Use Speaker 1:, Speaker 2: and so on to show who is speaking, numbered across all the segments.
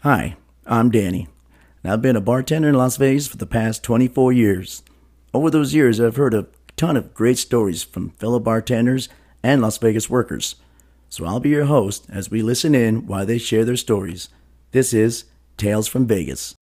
Speaker 1: Hi, I'm Danny, and I've been a bartender in Las Vegas for the past 24 years. Over those years, I've heard a ton of great stories from fellow bartenders and Las Vegas workers. So I'll be your host as we listen in while they share their stories. This is Tales from Vegas.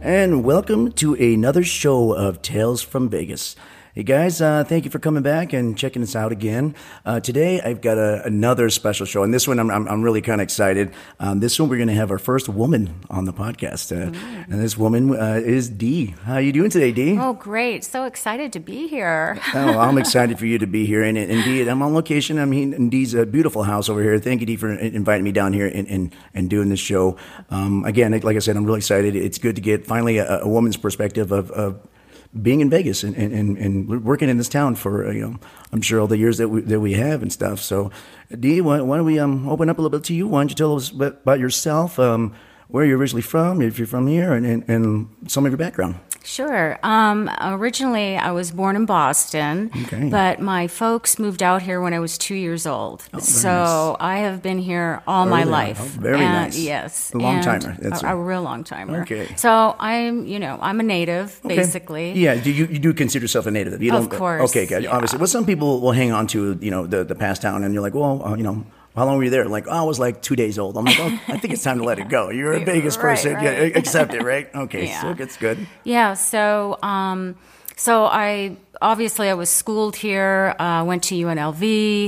Speaker 1: And welcome to another show of Tales from Vegas. Hey guys, uh, thank you for coming back and checking us out again. Uh, today I've got a, another special show, and this one I'm, I'm, I'm really kind of excited. Um, this one we're going to have our first woman on the podcast, uh, and this woman uh, is Dee. How you doing today, Dee?
Speaker 2: Oh, great. So excited to be here.
Speaker 1: oh, I'm excited for you to be here. And indeed, I'm on location. I mean, in Dee's a beautiful house over here. Thank you, Dee, for in- inviting me down here and, and, and doing this show. Um, again, like I said, I'm really excited. It's good to get finally a, a woman's perspective of, of being in Vegas and, and, and, and working in this town for, uh, you know, I'm sure all the years that we, that we have and stuff. So, Dee, why, why don't we um, open up a little bit to you? Why don't you tell us about about yourself, um, where you're originally from, if you're from here, and, and, and some of your background?
Speaker 2: Sure. Um, originally, I was born in Boston,
Speaker 1: Okay.
Speaker 2: but my folks moved out here when I was two years old. so I have been here all my
Speaker 1: Oh, Early on.
Speaker 2: life.
Speaker 1: Oh, very
Speaker 2: And-
Speaker 1: nice.
Speaker 2: Yes.
Speaker 1: A long
Speaker 2: and
Speaker 1: timer. That's
Speaker 2: a,
Speaker 1: a-
Speaker 2: a real long timer.
Speaker 1: Okay.
Speaker 2: So I'm, you know, I'm a native,
Speaker 1: Okay.
Speaker 2: basically.
Speaker 1: Yeah, do you, you do consider yourself a native? You
Speaker 2: Of
Speaker 1: don't,
Speaker 2: course,
Speaker 1: Okay, good.
Speaker 2: yeah.
Speaker 1: Obviously, well, some people will hang on to you know the the past town, and you're like, well, uh, you know. How long were you there? Like, oh, I was like two days old. I'm like, oh, I think it's time to let it go. You're a Vegas
Speaker 2: Right,
Speaker 1: person.
Speaker 2: right.
Speaker 1: Yeah, accept it, right? Okay,
Speaker 2: Yeah.
Speaker 1: so it's good.
Speaker 2: Yeah. So, um, so I obviously I was schooled here. Uh, went to UNLV,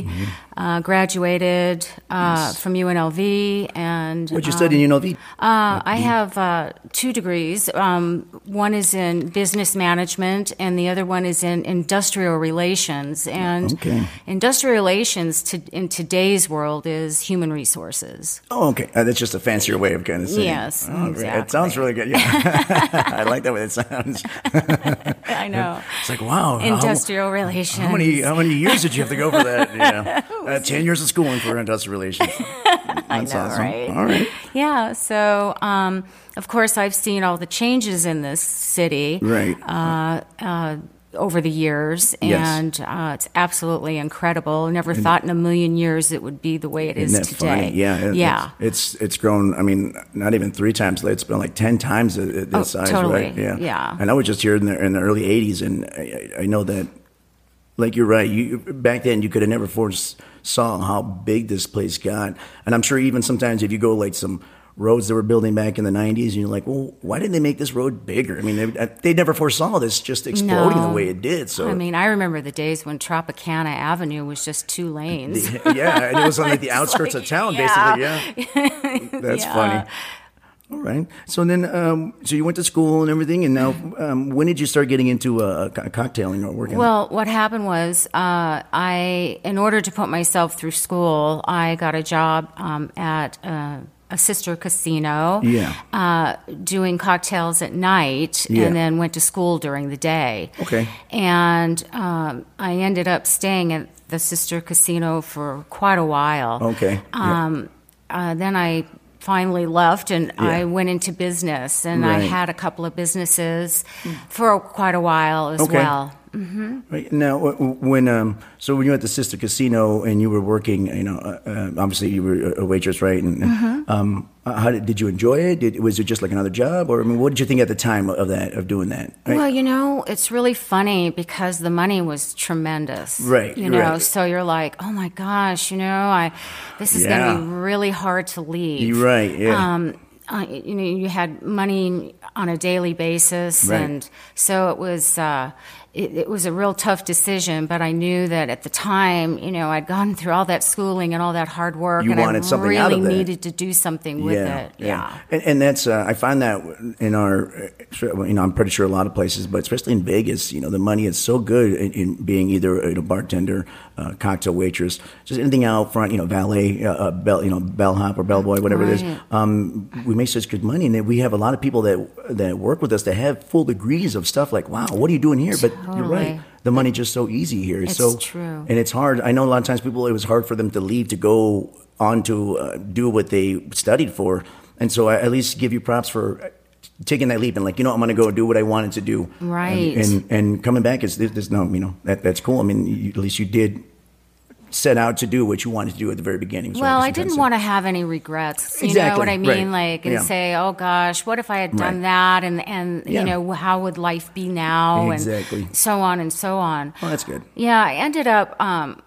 Speaker 1: Mm-hmm.
Speaker 2: uh, graduated uh, from UNLV, and
Speaker 1: What you study in UNLV?
Speaker 2: Uh, I have uh, two degrees. Um, one is in business management, and the other one is in industrial relations. And
Speaker 1: Okay.
Speaker 2: industrial relations to, in today's world is human resources.
Speaker 1: Oh, okay. Uh, that's just a fancier way of kind of saying.
Speaker 2: Yes,
Speaker 1: Oh, great. It sounds really good. Yeah, I like that way it sounds.
Speaker 2: I know
Speaker 1: It's like, wow. how-
Speaker 2: industrial relations.
Speaker 1: How many how many years did you have to go for that? You know, uh, ten years of schooling for industrial relations. That's
Speaker 2: know,
Speaker 1: awesome.
Speaker 2: right?
Speaker 1: All right.
Speaker 2: Yeah. So, um, of course, I've seen all the changes in this city.
Speaker 1: Right.
Speaker 2: uh, uh, over the years,
Speaker 1: Yes.
Speaker 2: and uh, it's absolutely incredible. Never thought in a million years it would be the way it is
Speaker 1: Isn't that
Speaker 2: today.
Speaker 1: funny? Yeah, it-
Speaker 2: yeah,
Speaker 1: It's, it's it's grown. I mean, not even three times. It's been like ten times the- the- this size,
Speaker 2: Oh, totally.
Speaker 1: right? Yeah,
Speaker 2: Yeah.
Speaker 1: And I was just here in the in the early '80s, and I, I I know that, like you're right. You back then you could have never foresaw how big this place got, and I'm sure even sometimes if you go like some. Roads that were building back in the '90s, and you're like, "Well, why didn't they make this road bigger?" I mean, they, they never foresaw this just exploding
Speaker 2: No.
Speaker 1: the way it did. So
Speaker 2: I mean, I remember the days when Tropicana Avenue was just two lanes.
Speaker 1: yeah, and it was on like the outskirts of
Speaker 2: like,
Speaker 1: town,
Speaker 2: yeah.
Speaker 1: basically. Yeah, that's
Speaker 2: Yeah.
Speaker 1: funny. All right. So then, um, so you went to school and everything, and now, um, when did you start getting into uh, co- cocktailing or working?
Speaker 2: Well, what happened was, uh, I, in order to put myself through school, I got a job um, at uh, a sister casino.
Speaker 1: Yeah.
Speaker 2: Uh, doing cocktails at night,
Speaker 1: Yeah.
Speaker 2: and then went to school during the day.
Speaker 1: Okay.
Speaker 2: And um, I ended up staying at the sister casino for quite a while.
Speaker 1: okay. Yeah.
Speaker 2: Um, uh, then I finally left and I went into business and I
Speaker 1: Right.
Speaker 2: had a couple of businesses for quite a while as
Speaker 1: Okay.
Speaker 2: well.
Speaker 1: Right. Now, w- w- when um, so when you were at the sister casino and you were working, you know, uh, uh, obviously you were a waitress, right? And
Speaker 2: Mm-hmm.
Speaker 1: um, uh, how did, did you enjoy it? Did, was it just like another job, or I mean, what did you think at the time of that of doing that? Right?
Speaker 2: Well, you know, it's really funny because the money was tremendous.
Speaker 1: Right,
Speaker 2: You know,
Speaker 1: right.
Speaker 2: so you're like, oh my gosh, you know, I this is going to be
Speaker 1: Yeah.
Speaker 2: really hard to leave.
Speaker 1: You're right. Yeah.
Speaker 2: Um, uh, you know, you had money on a daily basis,
Speaker 1: Right.
Speaker 2: and so it was. Uh, it, it was a real tough decision, but I knew that at the time, you know, I'd gone through all that schooling and all that hard work,
Speaker 1: You
Speaker 2: and
Speaker 1: wanted
Speaker 2: I
Speaker 1: something
Speaker 2: really
Speaker 1: out of that.
Speaker 2: needed to do something with it. yeah.
Speaker 1: And, and that's uh, I find that in our, uh, you know, I'm pretty sure a lot of places, but especially in Vegas, you know, the money is so good in, in being either a bartender, uh, cocktail waitress, just anything out front, you know, valet, uh, uh, bell, you know, bellhop or bellboy, whatever it is.
Speaker 2: Right.
Speaker 1: Um, we make such good money, and then we have a lot of people that that work with us that have full degrees of stuff. Like, wow, what are you doing here? But You're right.
Speaker 2: Totally.
Speaker 1: The money just so easy here.
Speaker 2: It's
Speaker 1: so
Speaker 2: true.
Speaker 1: And it's hard. I know a lot of times people, it was hard for them to leave to go on to uh, do what they studied for. And so I at least give you props for taking that leap and like, you know, I'm going to go do what I wanted to do.
Speaker 2: Right.
Speaker 1: And and, and coming back is there's, there's no, you know, that, that's cool. I mean, you, at least you did set out to do what you wanted to do at the very beginning. So
Speaker 2: Well,
Speaker 1: guess
Speaker 2: I
Speaker 1: you can
Speaker 2: didn't
Speaker 1: say-
Speaker 2: want to have any regrets. You know
Speaker 1: Exactly,
Speaker 2: what I mean?
Speaker 1: right.
Speaker 2: Like, and
Speaker 1: Yeah.
Speaker 2: say, "Oh gosh, what if I had done
Speaker 1: Right.
Speaker 2: that?" And and
Speaker 1: Yeah.
Speaker 2: you know, how would life be now?
Speaker 1: Exactly.
Speaker 2: And so on and so on.
Speaker 1: Well, "Oh, that's good.
Speaker 2: Yeah, I ended up um,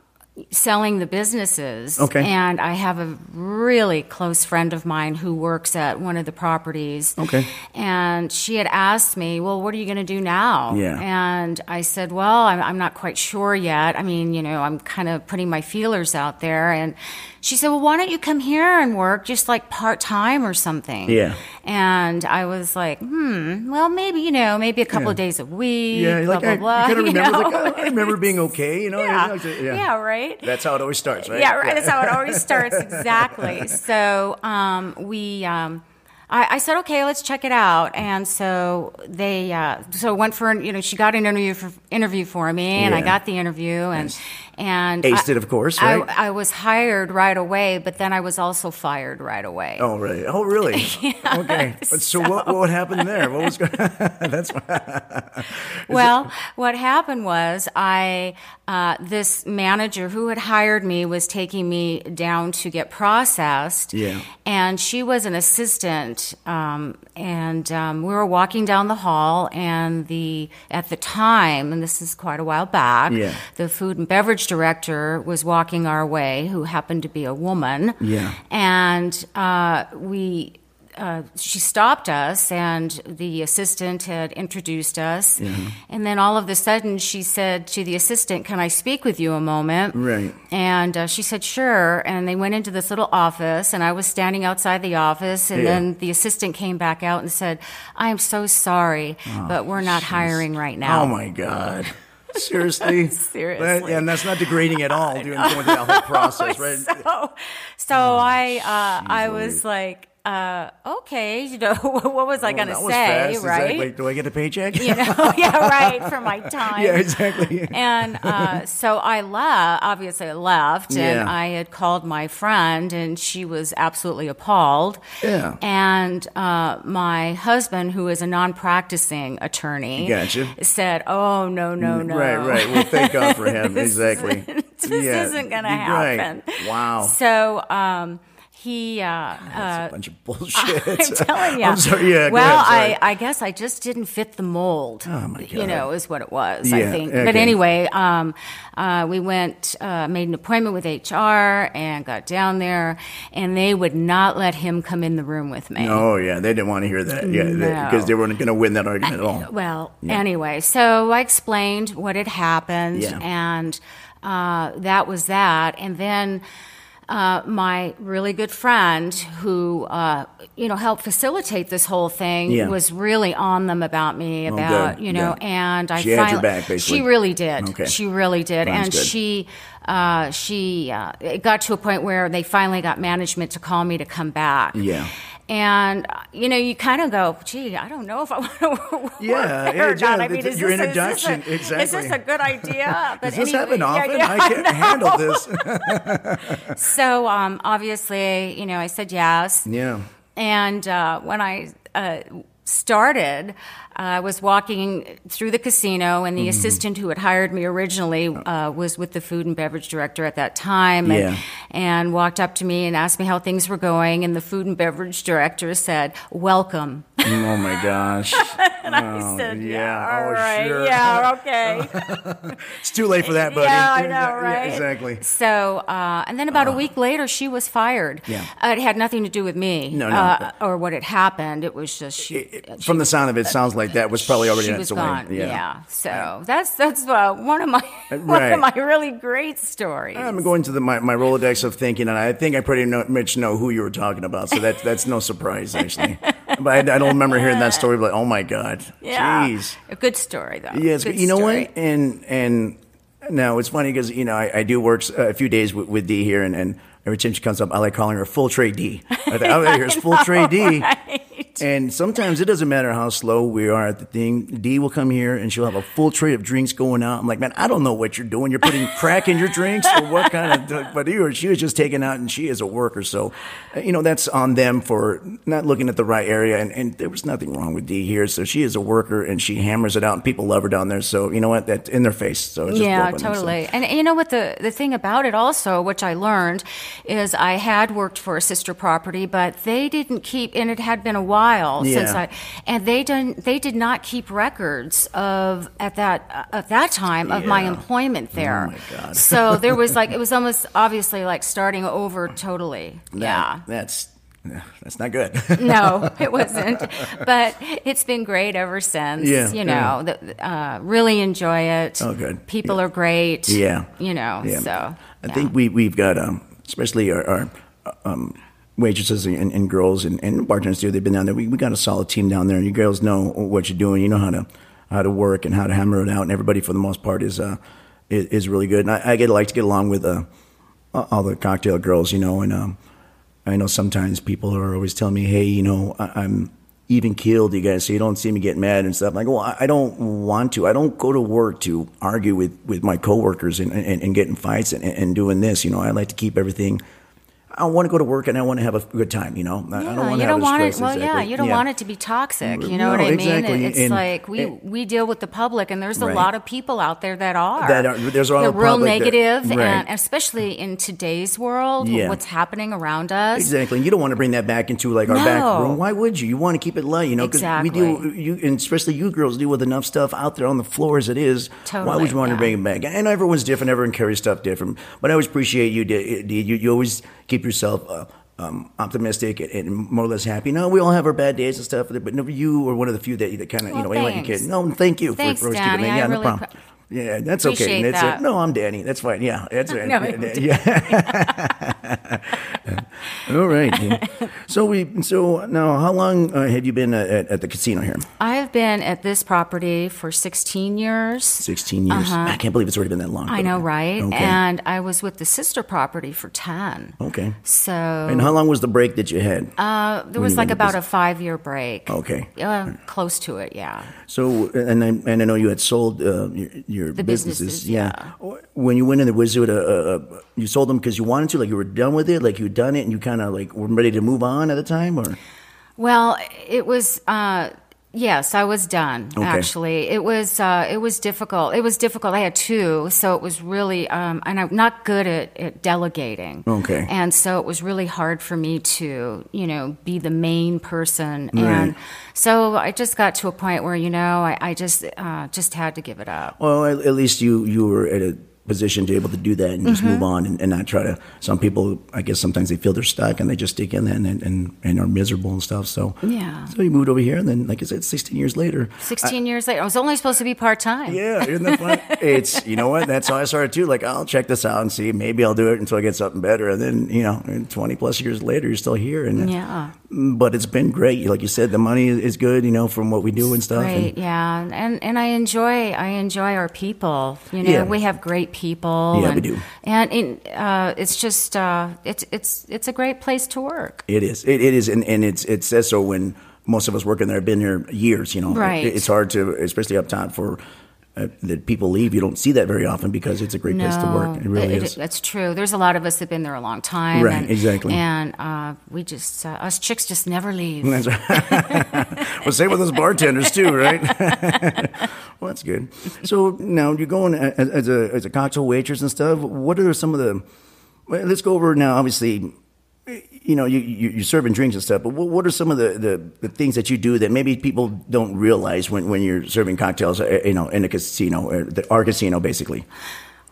Speaker 2: selling the businesses.
Speaker 1: Okay.
Speaker 2: And I have a really close friend of mine who works at one of the properties.
Speaker 1: Okay.
Speaker 2: And she had asked me, Well, what are you going to do now?
Speaker 1: Yeah.
Speaker 2: And I said, Well, I'm, I'm not quite sure yet. I mean, you know, I'm kind of putting my feelers out there. And she said, Well, why don't you come here and work just like part time or something?
Speaker 1: Yeah.
Speaker 2: And I was like, Hmm, well, maybe, you know, maybe a couple
Speaker 1: Yeah.
Speaker 2: of days a week,
Speaker 1: Yeah,
Speaker 2: blah,
Speaker 1: like
Speaker 2: blah,
Speaker 1: I, you
Speaker 2: blah.
Speaker 1: kind of
Speaker 2: you
Speaker 1: remember,
Speaker 2: know?
Speaker 1: like, oh, I remember being okay, you know?
Speaker 2: yeah.
Speaker 1: Yeah.
Speaker 2: yeah. right.
Speaker 1: That's how it always starts, right?
Speaker 2: Yeah, right. That's how it always starts. Exactly. So um, we, um, I, I said, okay, let's check it out. And so they, uh, so went for an, you know, she got an interview for interview for me, and I
Speaker 1: Yeah.
Speaker 2: got the interview, and
Speaker 1: Nice.
Speaker 2: and
Speaker 1: Aced
Speaker 2: I-
Speaker 1: it, of course,
Speaker 2: I-
Speaker 1: right?
Speaker 2: I, was hired right away, but then I was also fired right away.
Speaker 1: Oh, really? Oh, really? okay. But so, what, what happened there? What was going
Speaker 2: Well, what happened was I uh, this manager who had hired me was taking me down to get processed.
Speaker 1: Yeah.
Speaker 2: And she was an assistant, um, and um, we were walking down the hall, and the at the time, and this is quite a while back.
Speaker 1: Yeah.
Speaker 2: The food and beverage director was walking our way, who happened to be a woman.
Speaker 1: Yeah.
Speaker 2: And uh, we. Uh, she stopped us, and the assistant had introduced us.
Speaker 1: Mm-hmm.
Speaker 2: And then all of a sudden, she said to the assistant, "Can I speak with you a moment?"
Speaker 1: Right.
Speaker 2: And uh, she said, "Sure." And they went into this little office, and I was standing outside the office. And
Speaker 1: Yeah.
Speaker 2: then the assistant came back out and said, "I am so sorry, but we're not hiring right now."
Speaker 1: Oh, my God. Seriously?
Speaker 2: Seriously.
Speaker 1: That- and that's not degrading at all during going through that whole process, right? Oh,
Speaker 2: so so I uh, I was like, uh, "Okay, you know, what was
Speaker 1: Well,
Speaker 2: I going to
Speaker 1: Oh, that
Speaker 2: say?"
Speaker 1: was fast.
Speaker 2: right?
Speaker 1: Exactly. Do I get a paycheck?
Speaker 2: you know, yeah, right, for my time.
Speaker 1: yeah, exactly.
Speaker 2: And uh, so I left, obviously I left, and
Speaker 1: Yeah.
Speaker 2: I had called my friend, and she was absolutely appalled.
Speaker 1: Yeah.
Speaker 2: And uh, my husband, who is a non practicing attorney,
Speaker 1: Gotcha.
Speaker 2: said, Oh, no, no, no.
Speaker 1: Right, right. Well, thank God for him.
Speaker 2: This
Speaker 1: exactly.
Speaker 2: isn't- this
Speaker 1: Yeah.
Speaker 2: isn't going to
Speaker 1: Right.
Speaker 2: happen.
Speaker 1: Wow.
Speaker 2: So um, he. Uh, uh,
Speaker 1: That's a bunch of bullshit.
Speaker 2: I'm telling you.
Speaker 1: I'm sorry. Yeah. go
Speaker 2: Well,
Speaker 1: ahead, sorry.
Speaker 2: I, I guess I just didn't fit the mold. Oh
Speaker 1: my
Speaker 2: You
Speaker 1: God.
Speaker 2: know, is what it was. I
Speaker 1: Yeah,
Speaker 2: think. But
Speaker 1: okay.
Speaker 2: anyway, um, uh, we went, uh, made an appointment with HR, and got down there, and they would not let him come in the room with me.
Speaker 1: Oh yeah, they didn't want to hear that. Yeah,
Speaker 2: No.
Speaker 1: because they weren't going to win that argument at all.
Speaker 2: Well, anyway, so I explained what had happened,
Speaker 1: Yeah.
Speaker 2: and uh, that was that. And then uh, my really good friend, who uh, you know helped facilitate this whole thing,
Speaker 1: Yeah. Oh,
Speaker 2: was really on them about me
Speaker 1: good,
Speaker 2: about you know,
Speaker 1: good.
Speaker 2: and I
Speaker 1: She had your
Speaker 2: finally-
Speaker 1: back, basically.
Speaker 2: she really did,
Speaker 1: Okay.
Speaker 2: she really did,
Speaker 1: Mine's
Speaker 2: and
Speaker 1: good.
Speaker 2: she. Uh, she uh, it got to a point where they finally got management to call me to come back.
Speaker 1: Yeah.
Speaker 2: and uh, you know you kind of go, gee, I don't know if I want to work
Speaker 1: Yeah, yeah,
Speaker 2: or not.
Speaker 1: yeah,
Speaker 2: I mean,
Speaker 1: the-
Speaker 2: is
Speaker 1: your
Speaker 2: this, is this
Speaker 1: introduction,
Speaker 2: a, Is this
Speaker 1: exactly.
Speaker 2: a good idea? But
Speaker 1: Does this happen
Speaker 2: anyway, yeah,
Speaker 1: often?
Speaker 2: yeah.
Speaker 1: I can't handle this.
Speaker 2: So um, obviously, you know, I said yes,
Speaker 1: yeah.
Speaker 2: and uh, when I uh, started, I was walking through the casino, and the assistant who had hired me originally uh, was with the food and beverage director at that time, and,
Speaker 1: Yeah.
Speaker 2: and walked up to me and asked me how things were going, and the food and beverage director said, "Welcome."
Speaker 1: Oh my gosh.
Speaker 2: I said,
Speaker 1: yeah,
Speaker 2: "Yeah,
Speaker 1: oh,
Speaker 2: all right,
Speaker 1: sure."
Speaker 2: yeah, okay."
Speaker 1: It's too late for that, buddy.
Speaker 2: Yeah, I know,
Speaker 1: Yeah,
Speaker 2: right?
Speaker 1: exactly.
Speaker 2: So, uh, and then about a week later, she was fired.
Speaker 1: Yeah.
Speaker 2: Uh, it had nothing to do with me
Speaker 1: No, no,
Speaker 2: uh, or what had happened. It was just she.
Speaker 1: From the sound of it, it sounds like that was probably already
Speaker 2: she
Speaker 1: on
Speaker 2: was
Speaker 1: its way.
Speaker 2: gone. Yeah. So that's that's uh, one of my one
Speaker 1: Right. Oh,
Speaker 2: of my really great stories.
Speaker 1: I'm going to the, my, my Rolodex of thinking, and I think I pretty no, much know who you were talking about, so that's that's no surprise, actually. but I, I don't remember hearing that story, but oh my God.
Speaker 2: yeah.
Speaker 1: Jeez.
Speaker 2: A good story though.
Speaker 1: Yeah, it's
Speaker 2: Good
Speaker 1: good. You know
Speaker 2: story.
Speaker 1: what? And and no, it's funny because you know I, I do work uh, a few days with, with D here, and, and every time she comes up, I like calling her full tray D. I think, oh, here's full tray D. And sometimes it doesn't matter how slow we are at the thing. Dee will come here and she'll have a full tray of drinks going out. I'm like, man, I don't know what you're doing. You're putting crack in your drinks or what kind of, but he or she was just taking out and she is a worker. So, uh, you know, that's on them for not looking at the right area. And, and there was nothing wrong with Dee here. So she is a worker and she hammers it out and people love her down there. So, you know what? That's in their face. So it's just
Speaker 2: yeah,
Speaker 1: rubbing them. So-
Speaker 2: totally. And, and you know what the the thing about it also, which I learned, is I had worked for a sister property, but they didn't keep, and it had been a while since
Speaker 1: Yeah.
Speaker 2: I, and they didn't they did not keep records of at that at that time of my
Speaker 1: Yeah. Oh,
Speaker 2: employment there.
Speaker 1: my God.
Speaker 2: so there was like it was almost obviously like starting over totally. yeah.
Speaker 1: That- That's, that's not good.
Speaker 2: no, it wasn't. But it's been great ever since.
Speaker 1: Yeah,
Speaker 2: you know, the, uh, really enjoy it.
Speaker 1: Oh, good.
Speaker 2: People are great.
Speaker 1: Yeah.
Speaker 2: you know.
Speaker 1: Yeah.
Speaker 2: So
Speaker 1: I
Speaker 2: yeah.
Speaker 1: think we we've got um, especially our, our um, waitresses and, and girls and, and bartenders too. They've been down there. We we got a solid team down there, and you girls know what you're doing. You know how to how to work and how to hammer it out. And everybody, for the most part, is uh is, is really good. And I, I get like to get along with uh all the cocktail girls, you know, and um, I know sometimes people are always telling me, hey, you know, I- I'm even keeled, you guys, so you don't see me get mad and stuff. I'm like, well, I- I don't want to. I don't go to work to argue with, with my coworkers and, and, and get in fights and, and doing this. You know, I like to keep everything. I want to go to work and I want to have a good time, you know. I- I
Speaker 2: Yeah,
Speaker 1: don't want
Speaker 2: you
Speaker 1: to
Speaker 2: don't
Speaker 1: have the
Speaker 2: want
Speaker 1: stress.
Speaker 2: it. Well, yeah,
Speaker 1: exactly.
Speaker 2: you don't want it to be toxic. You know
Speaker 1: No,
Speaker 2: what I mean?
Speaker 1: exactly.
Speaker 2: It's
Speaker 1: And-
Speaker 2: like we
Speaker 1: and-
Speaker 2: we deal with the public, and there's a
Speaker 1: Right.
Speaker 2: lot of people out there that are
Speaker 1: That are- there's a lot
Speaker 2: They're
Speaker 1: of
Speaker 2: real
Speaker 1: public that-
Speaker 2: negative,
Speaker 1: right.
Speaker 2: and especially in today's world,
Speaker 1: Yeah.
Speaker 2: what's happening around us.
Speaker 1: Exactly. You don't want to bring that back into like our back
Speaker 2: No.
Speaker 1: room. Why would you? You want to keep it light, you know, because we
Speaker 2: Exactly.
Speaker 1: do, you, and especially you girls deal with enough stuff out there on the floor as it is. Why would
Speaker 2: Totally,
Speaker 1: you want to
Speaker 2: yeah.
Speaker 1: bring it back? And everyone's different. Everyone carries stuff different. But I always appreciate you, Dee. Dee. You, you always keep yourself. Uh, um, optimistic and, and more or less happy. No, we all have our bad days and stuff, but never you or one of the few that, that kind of, you
Speaker 2: Well,
Speaker 1: know, anyone you
Speaker 2: thanks.
Speaker 1: can. No, thank you
Speaker 2: Thanks,
Speaker 1: for, for always
Speaker 2: Danny.
Speaker 1: keeping it.
Speaker 2: I
Speaker 1: Yeah, no
Speaker 2: really
Speaker 1: problem. yeah, that's okay.
Speaker 2: appreciate
Speaker 1: That's
Speaker 2: that.
Speaker 1: it. No, Oh, I'm Danny. That's fine. Yeah, that's right.
Speaker 2: No,
Speaker 1: yeah,
Speaker 2: I'm
Speaker 1: yeah. All right. yeah. so we. So now, how long uh, have you been uh, at, at the casino here?
Speaker 2: I have been at this property for 16 years.
Speaker 1: Sixteen years. I can't believe it's already been that long.
Speaker 2: Uh-huh. I know, right?
Speaker 1: Okay.
Speaker 2: And I was with the sister property for 10.
Speaker 1: okay.
Speaker 2: So
Speaker 1: And how long was the break that you had?
Speaker 2: uh, there was
Speaker 1: you
Speaker 2: like
Speaker 1: went to
Speaker 2: about a five year break.
Speaker 1: okay.
Speaker 2: Uh, close to it, yeah.
Speaker 1: So and I, and I know you had sold uh, your, your businesses.
Speaker 2: businesses,
Speaker 1: When you went in, there was it a, a, you sold them because you wanted to, like you were done with it, like you had done it, and you kind of like were ready to move on at the time, or
Speaker 2: Well, it was. Uh, Yes, I was done.
Speaker 1: Okay.
Speaker 2: Actually, it was uh, it was difficult. It was difficult. I had two, so it was really, um, and I'm not good at, at delegating.
Speaker 1: Okay.
Speaker 2: and so it was really hard for me to, you know, be the main person.
Speaker 1: Right.
Speaker 2: And so I just got to a point where, you know, I, I just uh, just had to give it up.
Speaker 1: Well, at, at least you you were at a position to be able to do that and just
Speaker 2: Mm-hmm.
Speaker 1: move on and, and not try to. Some people, I guess, sometimes they feel they're stuck and they just stick in and and, and, and are miserable and stuff. So
Speaker 2: Yeah.
Speaker 1: So you moved over here, and then, like I said, 16 years later.
Speaker 2: 16 years later, I was only supposed to be part time.
Speaker 1: Yeah, isn't that fun? it's you know what? That's how I started too. Like I'll check this out and see. Maybe I'll do it until I get something better, and then you know, and 20 plus years later, you're still here. And
Speaker 2: Yeah.
Speaker 1: but it's been great. Like you said, the money is- is good. You know, from what we do and stuff.
Speaker 2: Right,
Speaker 1: And,
Speaker 2: yeah, and and I enjoy I enjoy our people. You know,
Speaker 1: Yeah.
Speaker 2: we have great people.
Speaker 1: Yeah, we
Speaker 2: and,
Speaker 1: do.
Speaker 2: And it, uh, it's just uh, it's it's it's a great place to work.
Speaker 1: It is. It, it is, and, and it's it says so when most of us working there have been here years. You know,
Speaker 2: Right.
Speaker 1: It- it's hard to, especially up top, for uh, that people leave. You don't see that very often because it's a great place to work. It really is.
Speaker 2: That's true. There's a lot of us that've been there a long time.
Speaker 1: Right,
Speaker 2: and,
Speaker 1: exactly.
Speaker 2: And uh, we just uh, us chicks just never leave.
Speaker 1: That's right. well, same with those bartenders too, right? well, that's good. So now you're going a- as, as a as a cocktail waitress and stuff. What are some of the? Well, let's go over now. Obviously, you know you, you you're serving drinks and stuff. But what, what are some of the, the the things that you do that maybe people don't realize when when you're serving cocktails? uh, You know, in a casino, or the, our casino, basically.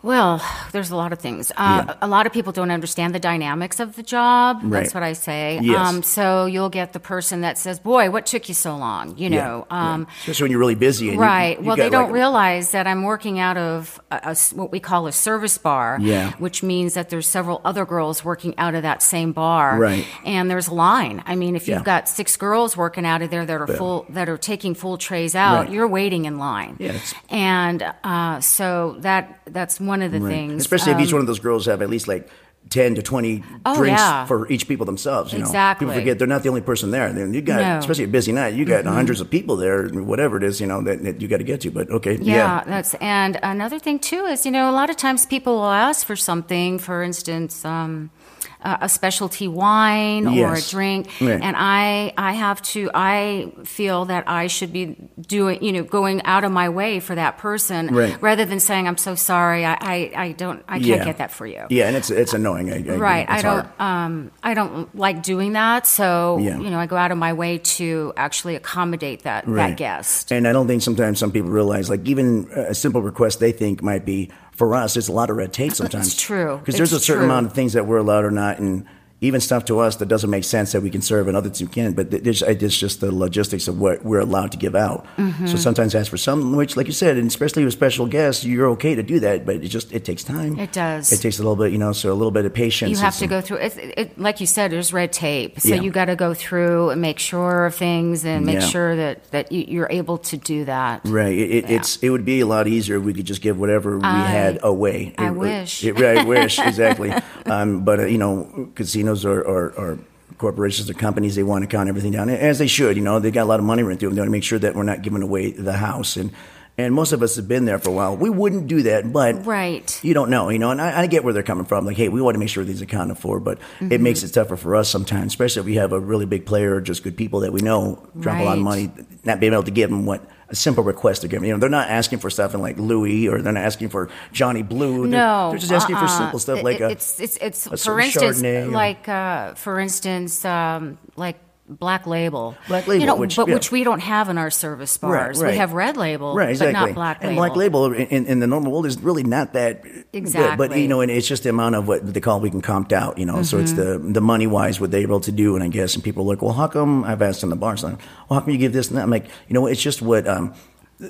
Speaker 2: Well, there's a lot of things. Uh,
Speaker 1: Yeah.
Speaker 2: A lot of people don't understand the dynamics of the job.
Speaker 1: Right.
Speaker 2: That's what I say. um,
Speaker 1: Yes.
Speaker 2: so you'll get the person that says, "Boy, what took you so long?" You know.
Speaker 1: Yeah.
Speaker 2: Um,
Speaker 1: especially when you're really busy. And you-
Speaker 2: Right.
Speaker 1: you
Speaker 2: well, they
Speaker 1: got,
Speaker 2: don't
Speaker 1: like,
Speaker 2: realize that I'm working out of a- a s- what we call a service bar,
Speaker 1: Yeah.
Speaker 2: which means that there's several other girls working out of that same bar,
Speaker 1: Right.
Speaker 2: And there's a line. I mean, if
Speaker 1: Yeah.
Speaker 2: you've got six girls working out of there that are full, that are taking full trays out,
Speaker 1: Right.
Speaker 2: you're waiting in line.
Speaker 1: Yes.
Speaker 2: And uh, so that that's one of the
Speaker 1: Right.
Speaker 2: things. um,
Speaker 1: Especially if each one of those girls have at least like 10 to 20
Speaker 2: Oh,
Speaker 1: drinks
Speaker 2: yeah.
Speaker 1: for each people themselves. You Know?
Speaker 2: Exactly.
Speaker 1: People forget they're not the only person there. Then You got,
Speaker 2: No. Mm-hmm.
Speaker 1: especially a busy night, you got hundreds of people there, whatever it is, you know, that, that you got to get to. But okay.
Speaker 2: Yeah, that's and another thing too is you know a lot of times people will ask for something, for instance, um, a a specialty wine or a
Speaker 1: Yes.
Speaker 2: drink,
Speaker 1: Right.
Speaker 2: and I I have to I feel that I should be doing you know going out of my way for that person
Speaker 1: Right.
Speaker 2: rather than saying I'm so sorry I I, I don't I
Speaker 1: Yeah.
Speaker 2: can't get that for you.
Speaker 1: Yeah, and it's it's annoying. I, I agree.
Speaker 2: Right, I
Speaker 1: It's hard.
Speaker 2: don't. Um, I don't like doing that, so
Speaker 1: Yeah.
Speaker 2: you know, I go out of my way to actually accommodate that
Speaker 1: Right.
Speaker 2: that guest.
Speaker 1: And I don't think sometimes some people realize, like, even a simple request they think might be for us, it's a lot of red tape sometimes.
Speaker 2: true.
Speaker 1: Because there's a
Speaker 2: It's
Speaker 1: certain
Speaker 2: true.
Speaker 1: amount of things that we're allowed or not, and even stuff to us that doesn't make sense that we can serve and others who can. But th- there's, it's just the logistics of what we're allowed to give out.
Speaker 2: Mm-hmm.
Speaker 1: So sometimes ask for some, which, like you said, and especially with special guests, you're okay to do that, but it just it takes time.
Speaker 2: It does.
Speaker 1: It takes a little bit, you know, so a little bit of patience.
Speaker 2: you
Speaker 1: and
Speaker 2: have to
Speaker 1: some-
Speaker 2: go through it, it, like you said there's red tape so
Speaker 1: Yeah.
Speaker 2: you got to go through and make sure of things and make
Speaker 1: Yeah.
Speaker 2: sure that that you, you're able to do that
Speaker 1: Right. It, it, It's it would be a lot easier if we could just give whatever we had away.
Speaker 2: I
Speaker 1: It- it-
Speaker 2: wish.
Speaker 1: It, right, I wish exactly. Um, but uh, you know, casinos or, or, or corporations or companies they want to count everything down as they should. You know, they got a lot of money run through them. They want to make sure that we're not giving away the house and. And most of us have been there for a while. We wouldn't do that, but
Speaker 2: Right.
Speaker 1: you don't know, you know. And I, I get where they're coming from. Like, hey, we want to make sure these are accounted for, but it
Speaker 2: Mm-hmm.
Speaker 1: makes it tougher for us sometimes, especially if we have a really big player or just good people that we know drop a lot of
Speaker 2: Right.
Speaker 1: money not being able to give them what a simple request to give them. You know, they're not asking for stuff in like Louis or they're not asking for Johnny Blue. They're,
Speaker 2: no
Speaker 1: they're just asking for
Speaker 2: uh-uh.
Speaker 1: simple stuff
Speaker 2: It-
Speaker 1: like
Speaker 2: it-
Speaker 1: a,
Speaker 2: it's it's it's for
Speaker 1: certain
Speaker 2: instance
Speaker 1: Chardonnay or-
Speaker 2: like uh, for instance um, like Black label,
Speaker 1: Black
Speaker 2: you
Speaker 1: Label,
Speaker 2: know,
Speaker 1: which-
Speaker 2: but
Speaker 1: yeah.
Speaker 2: which we don't have in our service bars.
Speaker 1: right.
Speaker 2: We have red label,
Speaker 1: right, exactly.
Speaker 2: but not black label.
Speaker 1: And black label in- in, in the normal world is really not that good, but
Speaker 2: Exactly.
Speaker 1: you know, and it's just the amount of what they call we can comped out. You know, so it's the
Speaker 2: Mm-hmm.
Speaker 1: the money wise what they're able to do, and I guess and people are like, well, how come I've asked in the bar, so well, how come you give this and that? I'm like, you know, what, it's just what. um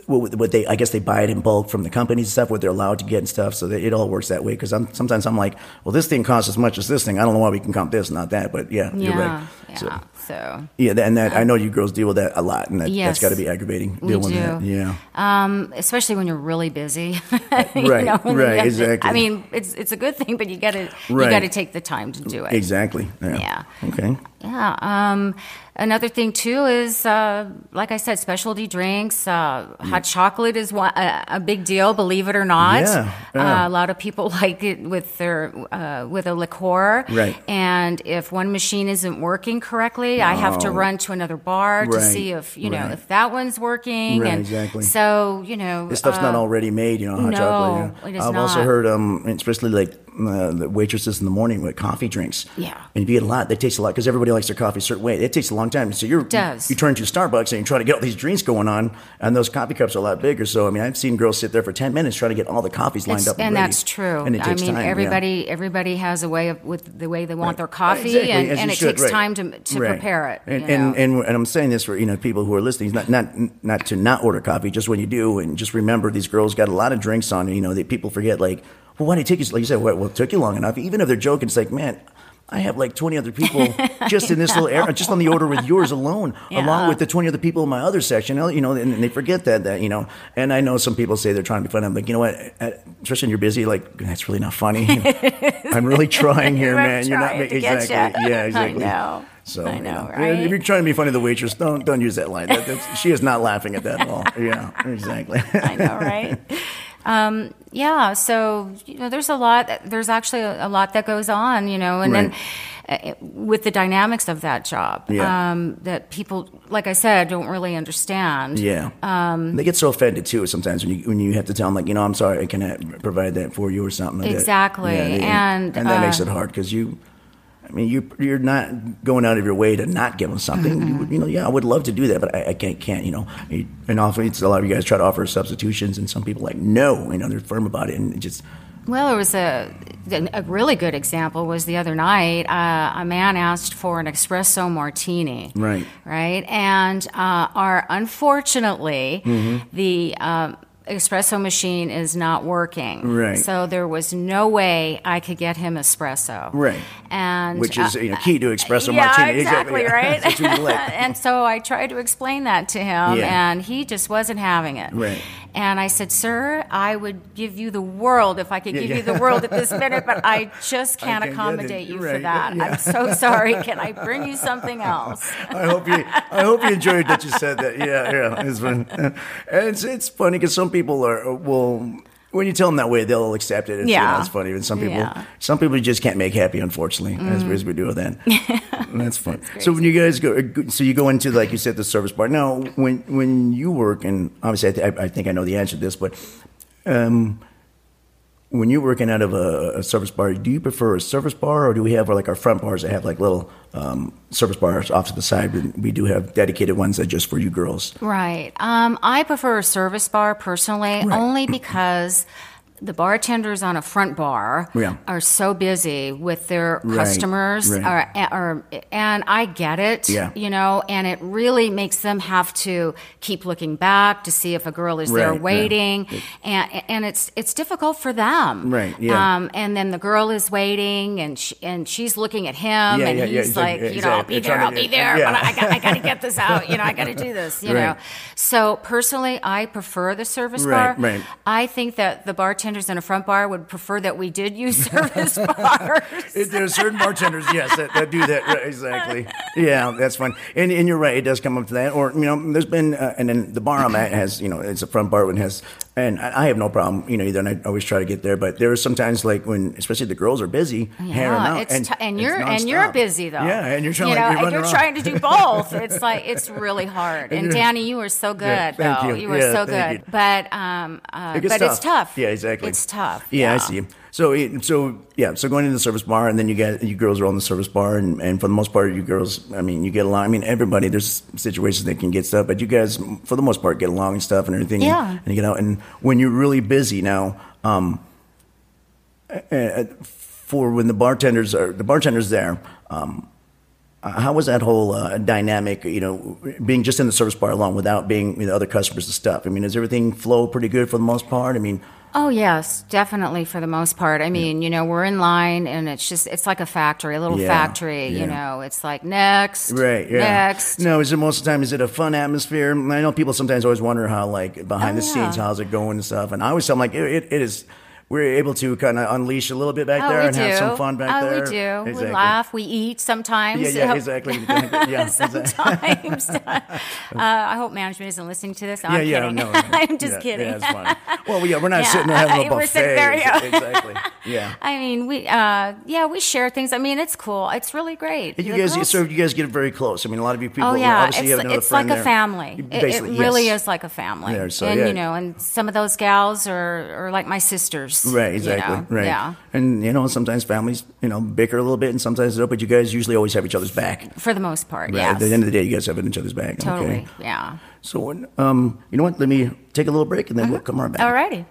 Speaker 1: what, what they, I guess they buy it in bulk from the companies and stuff, what they're allowed to get and stuff. So that it all works that way. Cause I'm, sometimes I'm like, well, this thing costs as much as this thing. I don't know why we can comp this, not that, but yeah,
Speaker 2: yeah,
Speaker 1: you're right.
Speaker 2: yeah.
Speaker 1: So,
Speaker 2: so
Speaker 1: yeah. that- And that, I know you girls deal with that a lot and that, that's
Speaker 2: Yes.
Speaker 1: gotta be aggravating.
Speaker 2: We
Speaker 1: dealing with that.
Speaker 2: do.
Speaker 1: Yeah.
Speaker 2: um, especially when you're really busy. right,
Speaker 1: Right, right, exactly.
Speaker 2: I mean, it's it's a good thing, but you got to
Speaker 1: Right.
Speaker 2: you got to take the time to do it.
Speaker 1: Exactly.
Speaker 2: Yeah.
Speaker 1: Okay.
Speaker 2: Yeah. Um, another thing too is, uh, like I said, specialty drinks. Uh, hot chocolate is one, a, a big deal, believe it or not.
Speaker 1: Yeah, yeah.
Speaker 2: Uh, a lot of people like it with their uh, with a liqueur.
Speaker 1: Right.
Speaker 2: And if one machine isn't working correctly, I have to
Speaker 1: Oh.
Speaker 2: run to another bar to
Speaker 1: Right,
Speaker 2: see if you know
Speaker 1: right.
Speaker 2: if that one's working.
Speaker 1: Right,
Speaker 2: and
Speaker 1: exactly.
Speaker 2: So you know,
Speaker 1: This stuff's not
Speaker 2: uh,
Speaker 1: already made, you know, hot
Speaker 2: no,
Speaker 1: chocolate. yeah.
Speaker 2: it is
Speaker 1: I've also
Speaker 2: not.
Speaker 1: heard, um, especially like uh, the waitresses in the morning with coffee drinks.
Speaker 2: Yeah.
Speaker 1: And if you get a lot, that takes a lot because everybody likes their coffee a certain way. It takes a long time. So you're,
Speaker 2: does.
Speaker 1: You, turn to Starbucks and you try to get all these drinks going on, and those coffee cups are a lot bigger. So, I mean, I've seen girls sit there for 10 minutes trying to get all the coffees lined
Speaker 2: It's-
Speaker 1: up. And,
Speaker 2: and
Speaker 1: ready.
Speaker 2: that's true.
Speaker 1: And it takes
Speaker 2: I mean,
Speaker 1: time, yeah.
Speaker 2: everybody everybody has a way of with the way they want their
Speaker 1: Right,
Speaker 2: coffee,
Speaker 1: exactly,
Speaker 2: and,
Speaker 1: as
Speaker 2: and
Speaker 1: you
Speaker 2: it
Speaker 1: should,
Speaker 2: takes
Speaker 1: right.
Speaker 2: time to to
Speaker 1: Right.
Speaker 2: prepare it.
Speaker 1: And,
Speaker 2: you
Speaker 1: and,
Speaker 2: know.
Speaker 1: and and I'm saying this for you know people who are listening, not not not to not order coffee, just when you do, and just remember these girls got a lot of drinks on. You know that people forget like, well, why did it take you? Like you said, well, well, it took you long enough. Even if they're joking, it's like, man. I have like 20 other people just in this little area, just on the order with yours alone, along
Speaker 2: Yeah.
Speaker 1: with the 20 other people in my other section, you know, and, and they forget that, that, you know, and I know some people say they're trying to be funny. I'm like, you know what, uh, Tristan, you're busy. Like, that's really not funny. I'm really trying here,
Speaker 2: We're
Speaker 1: man. You're not
Speaker 2: trying
Speaker 1: ma-
Speaker 2: to get
Speaker 1: exactly.
Speaker 2: ya.
Speaker 1: Yeah,
Speaker 2: I
Speaker 1: exactly.
Speaker 2: know.
Speaker 1: So
Speaker 2: I
Speaker 1: you
Speaker 2: know,
Speaker 1: if
Speaker 2: right?
Speaker 1: you're trying to be funny to the waitress, don't don't use that line. That, that's, she is not laughing at that at all. Yeah, exactly.
Speaker 2: I know, right? um, yeah. So you know, there's a lot. There's actually a, a lot that goes on. You know, and then uh, with the dynamics of that job,
Speaker 1: Yeah.
Speaker 2: um, that people, like I said, don't really understand.
Speaker 1: Yeah, um, they get so offended too sometimes when you when you have to tell them like, you know, I'm sorry, I cannot provide that for you or something. Like
Speaker 2: Exactly,
Speaker 1: That. Yeah, they-
Speaker 2: and,
Speaker 1: and that makes
Speaker 2: uh,
Speaker 1: it hard because you. I mean, you you're not going out of your way to not give them something.
Speaker 2: Mm-hmm.
Speaker 1: You, would- you know, yeah, I would love to do that, but I, I can't. Can't you know? You- And often it's a lot of you guys try to offer substitutions, and some people like no. You know, they're firm about it, and it just
Speaker 2: Well, it was a a really good example was the other night. Uh, a man asked for an espresso martini.
Speaker 1: Right.
Speaker 2: Right. And uh, our unfortunately
Speaker 1: Mm-hmm.
Speaker 2: the. Um, Espresso machine is not working.
Speaker 1: Right.
Speaker 2: So there was no way I could get him espresso.
Speaker 1: Right.
Speaker 2: And
Speaker 1: which
Speaker 2: uh,
Speaker 1: is you know key to espresso
Speaker 2: yeah,
Speaker 1: martini.
Speaker 2: exactly, right?
Speaker 1: That's what you like.
Speaker 2: and so I tried to explain that to him,
Speaker 1: Yeah.
Speaker 2: and he just wasn't having it.
Speaker 1: Right.
Speaker 2: And I said, Sir, I would give you the world if I could give you the world at this minute, but I just can't
Speaker 1: can't get it.
Speaker 2: accommodate you
Speaker 1: You're
Speaker 2: for
Speaker 1: right.
Speaker 2: that.
Speaker 1: Yeah.
Speaker 2: I'm so sorry. Can I bring you something else?
Speaker 1: I hope you. I hope you enjoyed that you said that. Yeah, yeah, it's fun. And it's it's funny because some people are will when you tell them that way they'll accept it. And say,
Speaker 2: Yeah.
Speaker 1: that's funny. And some people
Speaker 2: Yeah.
Speaker 1: some people you just can't make happy, unfortunately, as, we- as we do with that. And that's fun. so when you guys go, so you go into like you said the service part. Now when when you work and obviously I, th- I, I think I know the answer to this, but. Um, when you're working out of a, a service bar, do you prefer a service bar, or do we have like our front bars that have like little um, service bars off to the side? And we do have dedicated ones that just for you girls.
Speaker 2: Right. Um, I prefer a service bar personally, only because the bartenders on a front bar
Speaker 1: Yeah.
Speaker 2: are so busy with their customers,
Speaker 1: right.
Speaker 2: Or, or, and I get it.
Speaker 1: Yeah.
Speaker 2: You know, and it really makes them have to keep looking back to see if a girl is there
Speaker 1: Right, yeah.
Speaker 2: waiting, and and it's it's difficult for them.
Speaker 1: Right, yeah.
Speaker 2: Um, and then the girl is waiting, and she, and she's looking at him,
Speaker 1: Yeah,
Speaker 2: and
Speaker 1: yeah, yeah,
Speaker 2: he's
Speaker 1: yeah,
Speaker 2: like, you know, I'll
Speaker 1: exactly.
Speaker 2: be there, I'll
Speaker 1: Trying
Speaker 2: be
Speaker 1: to-
Speaker 2: there,
Speaker 1: yeah.
Speaker 2: but I got, I got to get this out. You know, I got to do this. You
Speaker 1: Right.
Speaker 2: know, so personally, I prefer the service
Speaker 1: Right,
Speaker 2: bar.
Speaker 1: right.
Speaker 2: I think that the bartenders in a front bar would prefer that we did use service bars.
Speaker 1: If There are certain bartenders, yes, that, that do that right, exactly. Yeah, that's fine. And and you're right, it does come up to that. Or you know, there's been uh, and then the bar I'm at has you know it's a front bar and has and I I have no problem you know either, and I always try to get there. But there are sometimes like when especially the girls are busy, yeah,
Speaker 2: Yeah,
Speaker 1: out,
Speaker 2: it's t- and you're and you're
Speaker 1: nonstop.
Speaker 2: busy though.
Speaker 1: Yeah, and you're trying
Speaker 2: you
Speaker 1: to
Speaker 2: know,
Speaker 1: like,
Speaker 2: and
Speaker 1: run
Speaker 2: you're
Speaker 1: around.
Speaker 2: trying to do both. It's like it's really hard. And
Speaker 1: you're-
Speaker 2: Danny, you were so good
Speaker 1: Yeah, thank
Speaker 2: though.
Speaker 1: you.
Speaker 2: were
Speaker 1: Yeah,
Speaker 2: so
Speaker 1: thank
Speaker 2: good.
Speaker 1: you.
Speaker 2: But um, uh,
Speaker 1: It gets
Speaker 2: but it's tough.
Speaker 1: Yeah, exactly.
Speaker 2: It's tough.
Speaker 1: Yeah, I see. So, it- so yeah, so going into the service bar, and then you get you girls are on the service bar, and, and for the most part, you girls, I mean, you get along. I mean, everybody, there's situations that can get stuff, but you guys, for the most part, get along and stuff and everything.
Speaker 2: Yeah.
Speaker 1: And, you get out, and when you're really busy now, um, for when the bartenders are the bartenders there. Um, uh, how was that whole uh, dynamic? You know, being just in the service bar alone without being with other customers and stuff. I mean, does everything flow pretty good for the most part? I mean,
Speaker 2: Oh yes, definitely for the most part. I mean, you know, we're in line and it's just it's like a factory, a little
Speaker 1: Yeah,
Speaker 2: factory,
Speaker 1: yeah.
Speaker 2: you know. It's like next.
Speaker 1: Right. Yeah.
Speaker 2: Next.
Speaker 1: No, is it most of the time? Is it a fun atmosphere? I know people sometimes always wonder how, like, behind
Speaker 2: Oh,
Speaker 1: the
Speaker 2: yeah.
Speaker 1: scenes, how's it going and stuff. And I always tell them, like, it, it, it is. We're able to kind of unleash a little bit back
Speaker 2: Oh,
Speaker 1: there
Speaker 2: we
Speaker 1: and
Speaker 2: do.
Speaker 1: have some fun back
Speaker 2: oh,
Speaker 1: there.
Speaker 2: we do.
Speaker 1: Exactly.
Speaker 2: We laugh. We eat sometimes.
Speaker 1: Yeah, yeah,
Speaker 2: Uh,
Speaker 1: exactly. yeah, exactly.
Speaker 2: Sometimes. uh, I hope management isn't listening to this. No,
Speaker 1: Yeah,
Speaker 2: I'm
Speaker 1: yeah,
Speaker 2: kidding.
Speaker 1: no, no.
Speaker 2: I'm just
Speaker 1: yeah,
Speaker 2: kidding.
Speaker 1: Yeah, it's fine. Well, yeah, we're not
Speaker 2: Yeah.
Speaker 1: sitting there having a
Speaker 2: We're
Speaker 1: buffet.
Speaker 2: sitting there, yeah.
Speaker 1: Exactly. Yeah.
Speaker 2: I mean, we uh, yeah, we share things. I mean, it's cool. It's really great.
Speaker 1: And you
Speaker 2: The
Speaker 1: guys,
Speaker 2: girls-
Speaker 1: so you guys get very close. I mean, a lot of you people.
Speaker 2: Oh yeah,
Speaker 1: obviously you
Speaker 2: it's,
Speaker 1: have another
Speaker 2: it's like
Speaker 1: friend
Speaker 2: a
Speaker 1: there.
Speaker 2: family. It- It,
Speaker 1: Basically,
Speaker 2: really
Speaker 1: yes.
Speaker 2: is like a family.
Speaker 1: There, so,
Speaker 2: and
Speaker 1: yeah.
Speaker 2: you know, and some of those gals are, are like my sisters.
Speaker 1: Right,
Speaker 2: you
Speaker 1: exactly.
Speaker 2: know?
Speaker 1: Right.
Speaker 2: Yeah.
Speaker 1: And you know, sometimes families, you know, bicker a little bit and sometimes don't, but you guys usually always have each other's back.
Speaker 2: For the most part,
Speaker 1: Right.
Speaker 2: yes.
Speaker 1: At the end of the day, you guys have each other's back.
Speaker 2: totally.
Speaker 1: Okay.
Speaker 2: Yeah.
Speaker 1: So when- um, you know what? Let me take a little break and then
Speaker 2: Uh-huh.
Speaker 1: we'll come right back.
Speaker 2: Alrighty.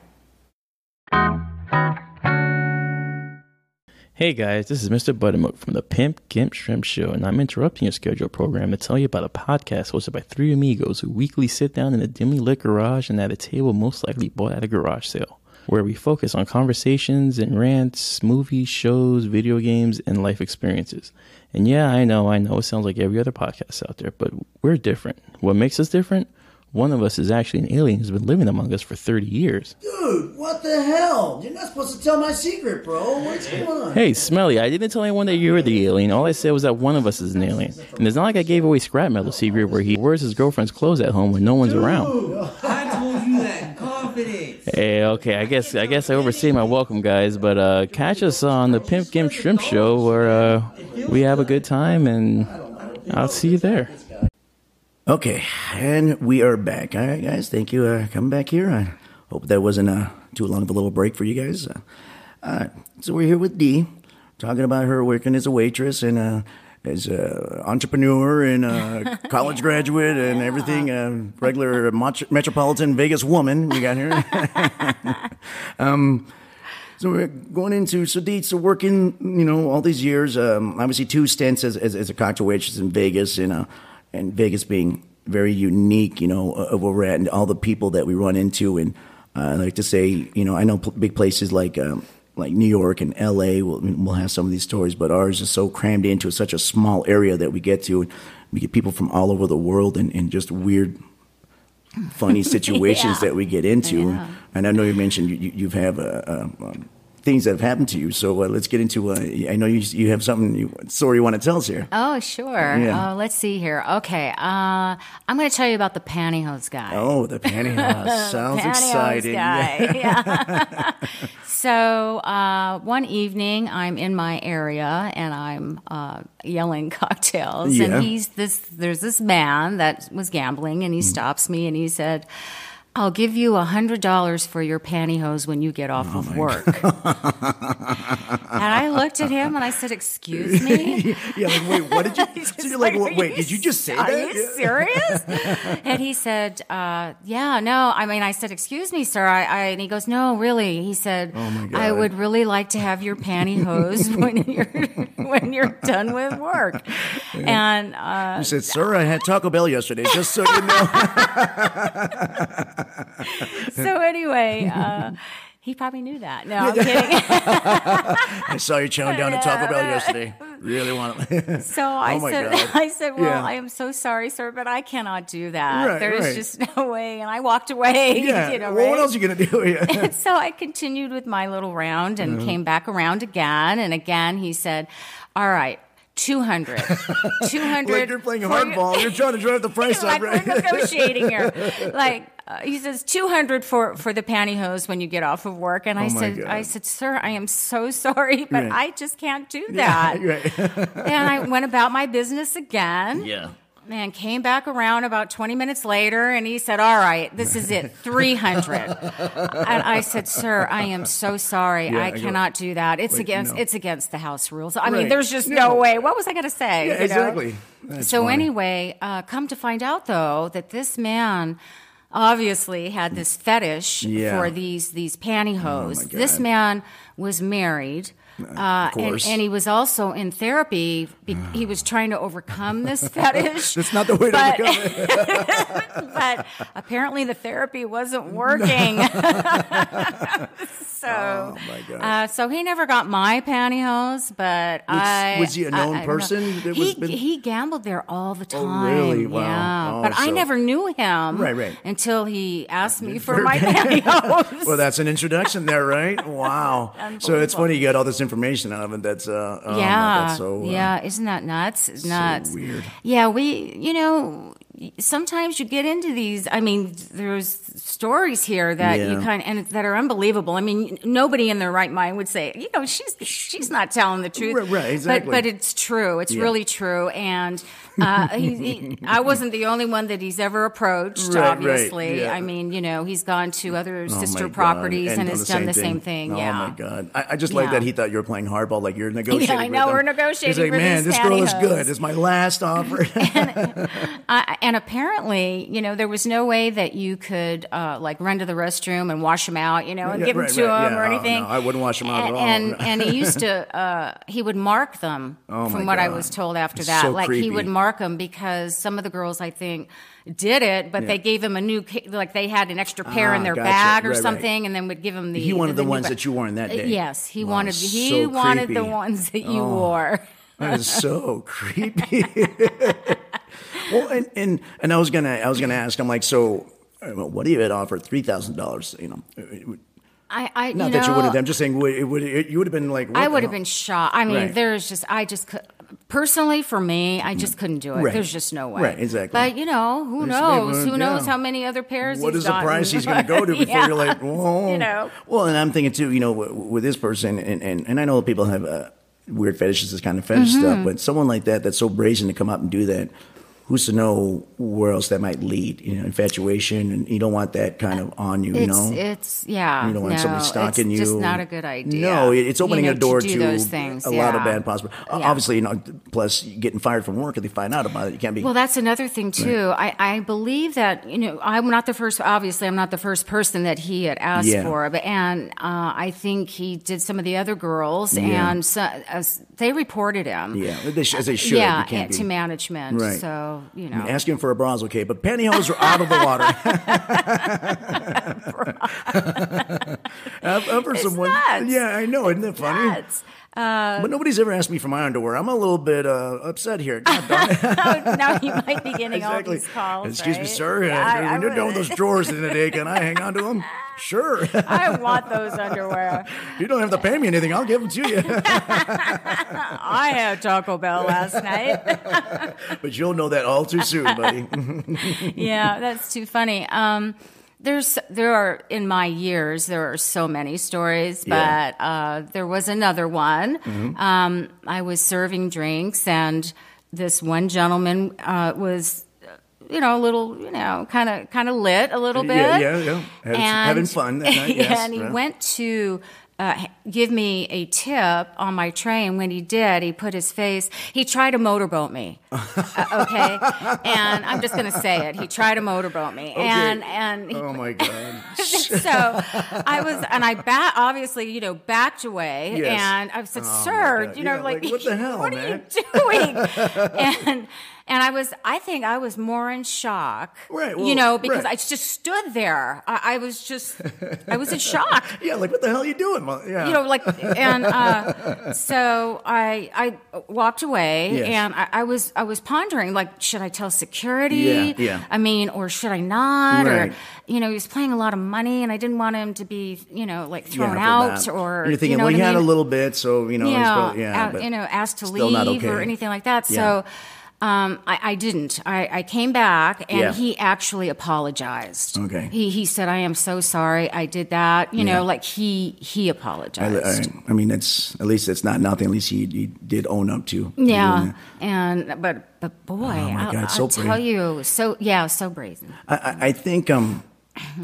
Speaker 3: Hey guys, this is Mr. Buttermilk from the Pimp Gimp Shrimp Show, and I'm interrupting your scheduled program to tell you about a podcast hosted by three amigos who weekly sit down in a dimly lit garage and at a table most likely bought at a garage sale, where we focus on conversations and rants, movies, shows, video games, and life experiences. And yeah, I know, I know, it sounds like every other podcast out there, but we're different. What makes us different? One of us is actually an alien who's been living among us for 30 years.
Speaker 4: Dude, what the hell? You're not supposed to tell my secret, bro. What's going on?
Speaker 3: Hey, Smelly, I didn't tell anyone that you were the alien. All I said was that one of us is an alien. And it's not like I gave away scrap metal secret where he wears his girlfriend's clothes at home when no one's around.
Speaker 5: I told you that in confidence.
Speaker 3: Hey, okay, I guess I guess I overstayed my welcome, guys. But uh, catch us on the Pimp Gimp Shrimp Show where uh, we have a good time, and I'll see you there.
Speaker 1: Okay, and we are back. All right, guys, thank you. Uh, coming back here. I hope that wasn't uh, too long of a little break for you guys. Uh, all right, so we're here with Dee, talking about her working as a waitress and uh, as a entrepreneur and a college graduate and everything. A regular mot- metropolitan Vegas woman we got here. um, so we're going into so Dee, so working, you know, all these years. Um, obviously, two stints as, as as a cocktail waitress in Vegas and uh, and Vegas being very unique, you know, of where we're at and all the people that we run into. And uh, I like to say, you know, I know pl- big places like um, like New York and L.A. will will have some of these stories, but ours is so crammed into such a small area that we get to. We get people from all over the world and, and just weird funny situations
Speaker 2: Yeah.
Speaker 1: that we get into.
Speaker 2: Yeah.
Speaker 1: And I know you mentioned you, you, you've have uh, um, um, things that have happened to you. So uh, let's get into. Uh, I know you you have something you, story you want to tell us here.
Speaker 2: Oh, sure.
Speaker 1: Yeah.
Speaker 2: Oh, let's see here. Okay. Uh, I'm going to tell you about the pantyhose guy.
Speaker 1: Oh, the pantyhose sounds
Speaker 2: Pantyhose
Speaker 1: exciting. Yeah.
Speaker 2: guy. Yeah. so uh, one evening, I'm in my area and I'm uh, yelling cocktails,
Speaker 1: Yeah.
Speaker 2: and he's this. There's this man that was gambling,
Speaker 1: Mm.
Speaker 2: and he stops me and he said. I'll give you a hundred dollars for your pantyhose when you get off
Speaker 1: Oh
Speaker 2: of work. and I looked at him and I said, "Excuse me."
Speaker 1: Yeah, like, wait, what did you? so you're like,
Speaker 2: It's
Speaker 1: wait,
Speaker 2: are
Speaker 1: wait, did you just say
Speaker 2: are
Speaker 1: that?
Speaker 2: you
Speaker 1: Yeah.
Speaker 2: serious? and he said, uh, yeah, no. I mean, I said, excuse me, sir. I, I and he goes, no, really. He said,
Speaker 1: Oh, my
Speaker 2: I
Speaker 1: God.
Speaker 2: would really like to have your pantyhose when you're when you're done with work. And uh,
Speaker 1: I said, sir, I had Taco Bell yesterday, just so you know.
Speaker 2: so anyway. Uh, He probably knew that. No, I'm kidding.
Speaker 1: I saw you chowing down at Taco Bell yesterday. Really want to.
Speaker 2: So I
Speaker 1: Oh my
Speaker 2: said,
Speaker 1: God.
Speaker 2: I said, well,
Speaker 1: Yeah.
Speaker 2: I am so sorry, sir, but I cannot do that.
Speaker 1: Right,
Speaker 2: There's
Speaker 1: right.
Speaker 2: just no way. And I walked away.
Speaker 1: yeah.
Speaker 2: you know,
Speaker 1: well,
Speaker 2: right?
Speaker 1: what else are you going to do? Yeah.
Speaker 2: And so I continued with my little round and
Speaker 1: Mm-hmm.
Speaker 2: came back around again. And again, he said, All right, 200. 200.
Speaker 1: like you're playing
Speaker 2: for
Speaker 1: hardball. You're trying to drive the
Speaker 2: your-"
Speaker 1: price
Speaker 2: like,
Speaker 1: up,
Speaker 2: we're
Speaker 1: right?
Speaker 2: negotiating here. Like, uh, he says 200 for, for the pantyhose when you get off of work. And I
Speaker 1: Oh my
Speaker 2: said,
Speaker 1: God.
Speaker 2: I said, sir, I am so sorry, but
Speaker 1: Right.
Speaker 2: I just can't do that.
Speaker 1: right.
Speaker 2: And I went about my business again.
Speaker 1: Yeah.
Speaker 2: Man came back around about 20 minutes later and he said, All right, this is it, 300. and I said, Sir, I am so sorry.
Speaker 1: Yeah, I
Speaker 2: I
Speaker 1: go-
Speaker 2: cannot do that. It's
Speaker 1: Like,
Speaker 2: against
Speaker 1: no.
Speaker 2: it's against the house rules. I mean,
Speaker 1: Right.
Speaker 2: there's just no,
Speaker 1: No.
Speaker 2: way. What was I going to say?
Speaker 1: Yeah,
Speaker 2: you know?
Speaker 1: exactly. That's
Speaker 2: So,
Speaker 1: funny.
Speaker 2: anyway, uh, come to find out though that this man obviously had this fetish
Speaker 1: Yeah. Oh,
Speaker 2: for these these pantyhose.
Speaker 1: God.
Speaker 2: this man was married. Uh, and,
Speaker 1: course.
Speaker 2: and he was also in therapy. Be- he was trying to overcome this fetish.
Speaker 1: That's not the way to Oh
Speaker 2: but,
Speaker 1: overcome
Speaker 2: but apparently the therapy wasn't working. so,
Speaker 1: Oh, my God.
Speaker 2: uh, so he never got my pantyhose, but
Speaker 1: Was-
Speaker 2: I
Speaker 1: was he a
Speaker 2: I-
Speaker 1: known
Speaker 2: I don't know.
Speaker 1: person that was
Speaker 2: he
Speaker 1: been- Oh,
Speaker 2: he gambled there all the time.
Speaker 1: really? Wow.
Speaker 2: Yeah,
Speaker 1: Oh,
Speaker 2: but I
Speaker 1: so-
Speaker 2: never knew him.
Speaker 1: Right, right.
Speaker 2: Until he asked me for my pantyhose.
Speaker 1: Well, that's an introduction there, right? Wow. so it's funny you got all this information out of it. That's uh, oh, my God,
Speaker 2: yeah,
Speaker 1: that's so uh,
Speaker 2: yeah. Isn't that nuts? It's nuts.
Speaker 1: weird.
Speaker 2: Yeah, we. You know, sometimes you get into these. I mean, there's stories here that you
Speaker 1: Yeah.
Speaker 2: kind of and that are unbelievable. I mean, nobody in their right mind would say, you know, she's she's not telling the truth.
Speaker 1: Right, right, exactly.
Speaker 2: But but it's true. It's
Speaker 1: Yeah.
Speaker 2: really true. And uh, he, he, I wasn't the only one that he's ever approached.
Speaker 1: Right, right,
Speaker 2: obviously,
Speaker 1: yeah.
Speaker 2: I mean, you know, he's gone to other
Speaker 1: Oh, my
Speaker 2: sister
Speaker 1: God.
Speaker 2: properties and,
Speaker 1: done
Speaker 2: has done the same thing.
Speaker 1: Oh
Speaker 2: yeah.
Speaker 1: my god! I, I just like
Speaker 2: Yeah.
Speaker 1: that he thought you were playing hardball, like you're negotiating.
Speaker 2: I
Speaker 1: with
Speaker 2: know,
Speaker 1: them.
Speaker 2: we're negotiating
Speaker 1: He's like,
Speaker 2: for
Speaker 1: man,
Speaker 2: these
Speaker 1: this girl is
Speaker 2: pantyhose."
Speaker 1: good. It's my last offer.
Speaker 2: I, and apparently, you know, there was no way that you could uh, like run to the restroom and wash them out, you know, and
Speaker 1: Yeah,
Speaker 2: give them
Speaker 1: right,
Speaker 2: to
Speaker 1: right,
Speaker 2: him
Speaker 1: yeah.
Speaker 2: or
Speaker 1: Oh, no,
Speaker 2: anything.
Speaker 1: I wouldn't wash 'em out at
Speaker 2: and,
Speaker 1: all.
Speaker 2: And, and he used to, uh, he would mark them from
Speaker 1: Oh, my
Speaker 2: what I
Speaker 1: God.
Speaker 2: was told after
Speaker 1: It's
Speaker 2: that.
Speaker 1: so
Speaker 2: like he would
Speaker 1: creepy.
Speaker 2: mark them because some of the girls, I think, did it, but they gave him a new, ca- like they had an extra pair in
Speaker 1: Ah,
Speaker 2: their
Speaker 1: gotcha.
Speaker 2: bag or
Speaker 1: Right, right.
Speaker 2: something, and then would give him the.
Speaker 1: He wanted the
Speaker 2: new
Speaker 1: ones
Speaker 2: bag.
Speaker 1: that you wore in that day.
Speaker 2: Yes, he
Speaker 1: Wow,
Speaker 2: wanted. He
Speaker 1: so
Speaker 2: wanted the
Speaker 1: creepy. Oh.
Speaker 2: ones that you wore.
Speaker 1: That is so creepy. well, and, and and I was gonna I was gonna ask. I'm like, so uh, well, what do you had offered three thousand dollars? You know, Uh, it would-
Speaker 2: I, I
Speaker 1: not
Speaker 2: you
Speaker 1: that you would
Speaker 2: know,
Speaker 1: have. I'm just saying, would, it would it, you would have been like, what
Speaker 2: I
Speaker 1: the
Speaker 2: would have
Speaker 1: hell?
Speaker 2: been shocked. I mean,
Speaker 1: Right.
Speaker 2: there's just I just could personally for me, I just couldn't do it.
Speaker 1: Mm. Right.
Speaker 2: There's just no way.
Speaker 1: Right, exactly.
Speaker 2: But you know, who
Speaker 1: There's-
Speaker 2: knows?
Speaker 1: they
Speaker 2: who
Speaker 1: were-
Speaker 2: knows
Speaker 1: yeah.
Speaker 2: how many other pairs?
Speaker 1: What
Speaker 2: he's
Speaker 1: is the
Speaker 2: gotten.
Speaker 1: price he's going to go to before
Speaker 2: Yeah.
Speaker 1: you're like, whoa?
Speaker 2: You know.
Speaker 1: Well, and I'm thinking too, you know, w- with this person, and, and, and I know people have uh, weird fetishes, this kind of fetish
Speaker 2: Mm-hmm.
Speaker 1: stuff, but someone like that that's so brazen to come out and do that, who's to know where else that might lead? You know, infatuation, and you don't want that kind of on you, you
Speaker 2: It's
Speaker 1: know?
Speaker 2: it's yeah.
Speaker 1: You don't want
Speaker 2: no,
Speaker 1: somebody stalking
Speaker 2: it's
Speaker 1: you.
Speaker 2: Just not a good idea.
Speaker 1: No, it- it's
Speaker 2: you
Speaker 1: opening
Speaker 2: know,
Speaker 1: a door
Speaker 2: to,
Speaker 1: to,
Speaker 2: do those things.
Speaker 1: a lot of
Speaker 2: yeah.
Speaker 1: bad possible. o-
Speaker 2: Yeah.
Speaker 1: Obviously, you know, plus getting fired from work if they find out about it, you can't be.
Speaker 2: Well, that's another thing too. I, I believe that you know I'm not the first. Obviously, I'm not the first person that he had asked
Speaker 1: Yeah.
Speaker 2: for, but and uh, I think he did some of the other girls,
Speaker 1: Yeah.
Speaker 2: and so, as they reported him.
Speaker 1: yeah, they sh- as they should.
Speaker 2: uh, yeah,
Speaker 1: you can't
Speaker 2: and-
Speaker 1: be.
Speaker 2: to management.
Speaker 1: Right.
Speaker 2: So you know,
Speaker 1: Asking for a bronze, okay, but pantyhose are out of the water. I've, I've heard
Speaker 2: It's
Speaker 1: someone.
Speaker 2: nuts.
Speaker 1: Yeah, I know. Isn't that funny?
Speaker 2: Nuts.
Speaker 1: But nobody's ever asked me for my underwear. I'm a little bit uh, upset here. God darn it.
Speaker 2: Oh, now you might be getting all
Speaker 1: exactly.
Speaker 2: these calls.
Speaker 1: Excuse me,
Speaker 2: right?
Speaker 1: sir.
Speaker 2: Yeah,
Speaker 1: uh,
Speaker 2: I- I
Speaker 1: when you're done with
Speaker 2: would-
Speaker 1: those drawers in the day, can I hang on to them? Sure.
Speaker 2: I want those underwear.
Speaker 1: you don't have to pay me anything. I'll give them to you.
Speaker 2: I had Taco Bell last night.
Speaker 1: but you'll know that all too soon, buddy.
Speaker 2: yeah, that's too funny. Um, there's there are in my years there are so many stories,
Speaker 1: Yeah. Mm-hmm.
Speaker 2: but uh, there was another one. Um, I was serving drinks, and this one gentleman uh, was, you know, a little, you know, kind of kind of lit a little bit.
Speaker 1: Yeah, yeah, yeah. Had- having fun that night, yes,
Speaker 2: and he
Speaker 1: yeah.
Speaker 2: went to uh, h- give me a tip on my tray, and when he did, he put his face. He tried to motorboat me. Uh, okay, and I'm just gonna say it. He tried to motorboat me, and and he
Speaker 1: oh my God.
Speaker 2: so I was, and I back obviously, you know, backed away,
Speaker 1: Yes.
Speaker 2: and I said,
Speaker 1: Oh, my
Speaker 2: "Sir,
Speaker 1: God.
Speaker 2: you know,
Speaker 1: Yeah,
Speaker 2: like,
Speaker 1: like, what the hell,
Speaker 2: what
Speaker 1: man?"
Speaker 2: are you doing?" and and I was, I think I was more in shock,
Speaker 1: Right,
Speaker 2: you
Speaker 1: well,
Speaker 2: know, because
Speaker 1: right.
Speaker 2: I just stood there. I, I was just, I was in shock
Speaker 1: Yeah, like what the hell are you doing? Well, yeah.
Speaker 2: you know, like, and uh, so I I walked away,
Speaker 1: Yes.
Speaker 2: and I, I was I was pondering, like, should I tell security?
Speaker 1: Yeah, yeah.
Speaker 2: I mean, or should I not?
Speaker 1: Right.
Speaker 2: Or you know, he was playing a lot of money, and I didn't want him to be, you know, like
Speaker 1: Yeah,
Speaker 2: thrown
Speaker 1: for
Speaker 2: out
Speaker 1: that.
Speaker 2: or
Speaker 1: you're thinking,
Speaker 2: you know
Speaker 1: well,
Speaker 2: what
Speaker 1: he
Speaker 2: I
Speaker 1: had a
Speaker 2: mean?
Speaker 1: little bit, so you know, he's
Speaker 2: yeah,
Speaker 1: probably- yeah,
Speaker 2: out-
Speaker 1: but
Speaker 2: you know, asked to
Speaker 1: still not
Speaker 2: leave or
Speaker 1: okay.
Speaker 2: anything like that.
Speaker 1: Yeah.
Speaker 2: So. Um, I, I didn't. I, I came back, and
Speaker 1: Yeah.
Speaker 2: he actually apologized.
Speaker 1: Okay.
Speaker 2: He he said, "I am so sorry. I did that." You
Speaker 1: Yeah.
Speaker 2: know, like he he apologized.
Speaker 1: I, I mean, that's at least that's not nothing. At least he, he did own up to.
Speaker 2: Yeah, and but but boy,
Speaker 1: Oh my
Speaker 2: I'll,
Speaker 1: God,
Speaker 2: I'll
Speaker 1: so
Speaker 2: tell
Speaker 1: brave.
Speaker 2: you, so yeah, so brazen.
Speaker 1: I- I, I think um,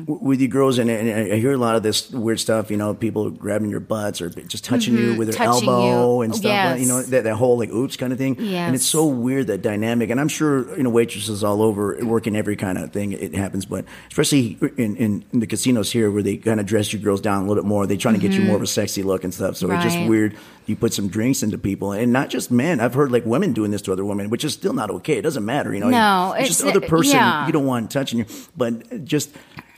Speaker 1: w- with you girls, and, and I- I hear a lot of this weird stuff. You know, people grabbing your butts or just touching you with their
Speaker 2: Mm-hmm. touching
Speaker 1: elbow
Speaker 2: you.
Speaker 1: and stuff. Like, you know,
Speaker 2: Yes.
Speaker 1: that, that whole like oops kind of thing. And it's
Speaker 2: Yes.
Speaker 1: so weird that dynamic. And I'm sure you know waitresses all over working every kind of thing. It happens, but especially in, in, in the casinos here where they kind of dress you girls down a little bit more. They trying to get you more of a sexy look and stuff. So it's just
Speaker 2: Mm-hmm. Right.
Speaker 1: weird. You put some drinks into people, and not just men. I've heard like women doing this to other women, which is still not okay. It doesn't matter. You know,
Speaker 2: No,
Speaker 1: it's, just
Speaker 2: it's-
Speaker 1: another person.
Speaker 2: yeah.
Speaker 1: You don't want touching you, but just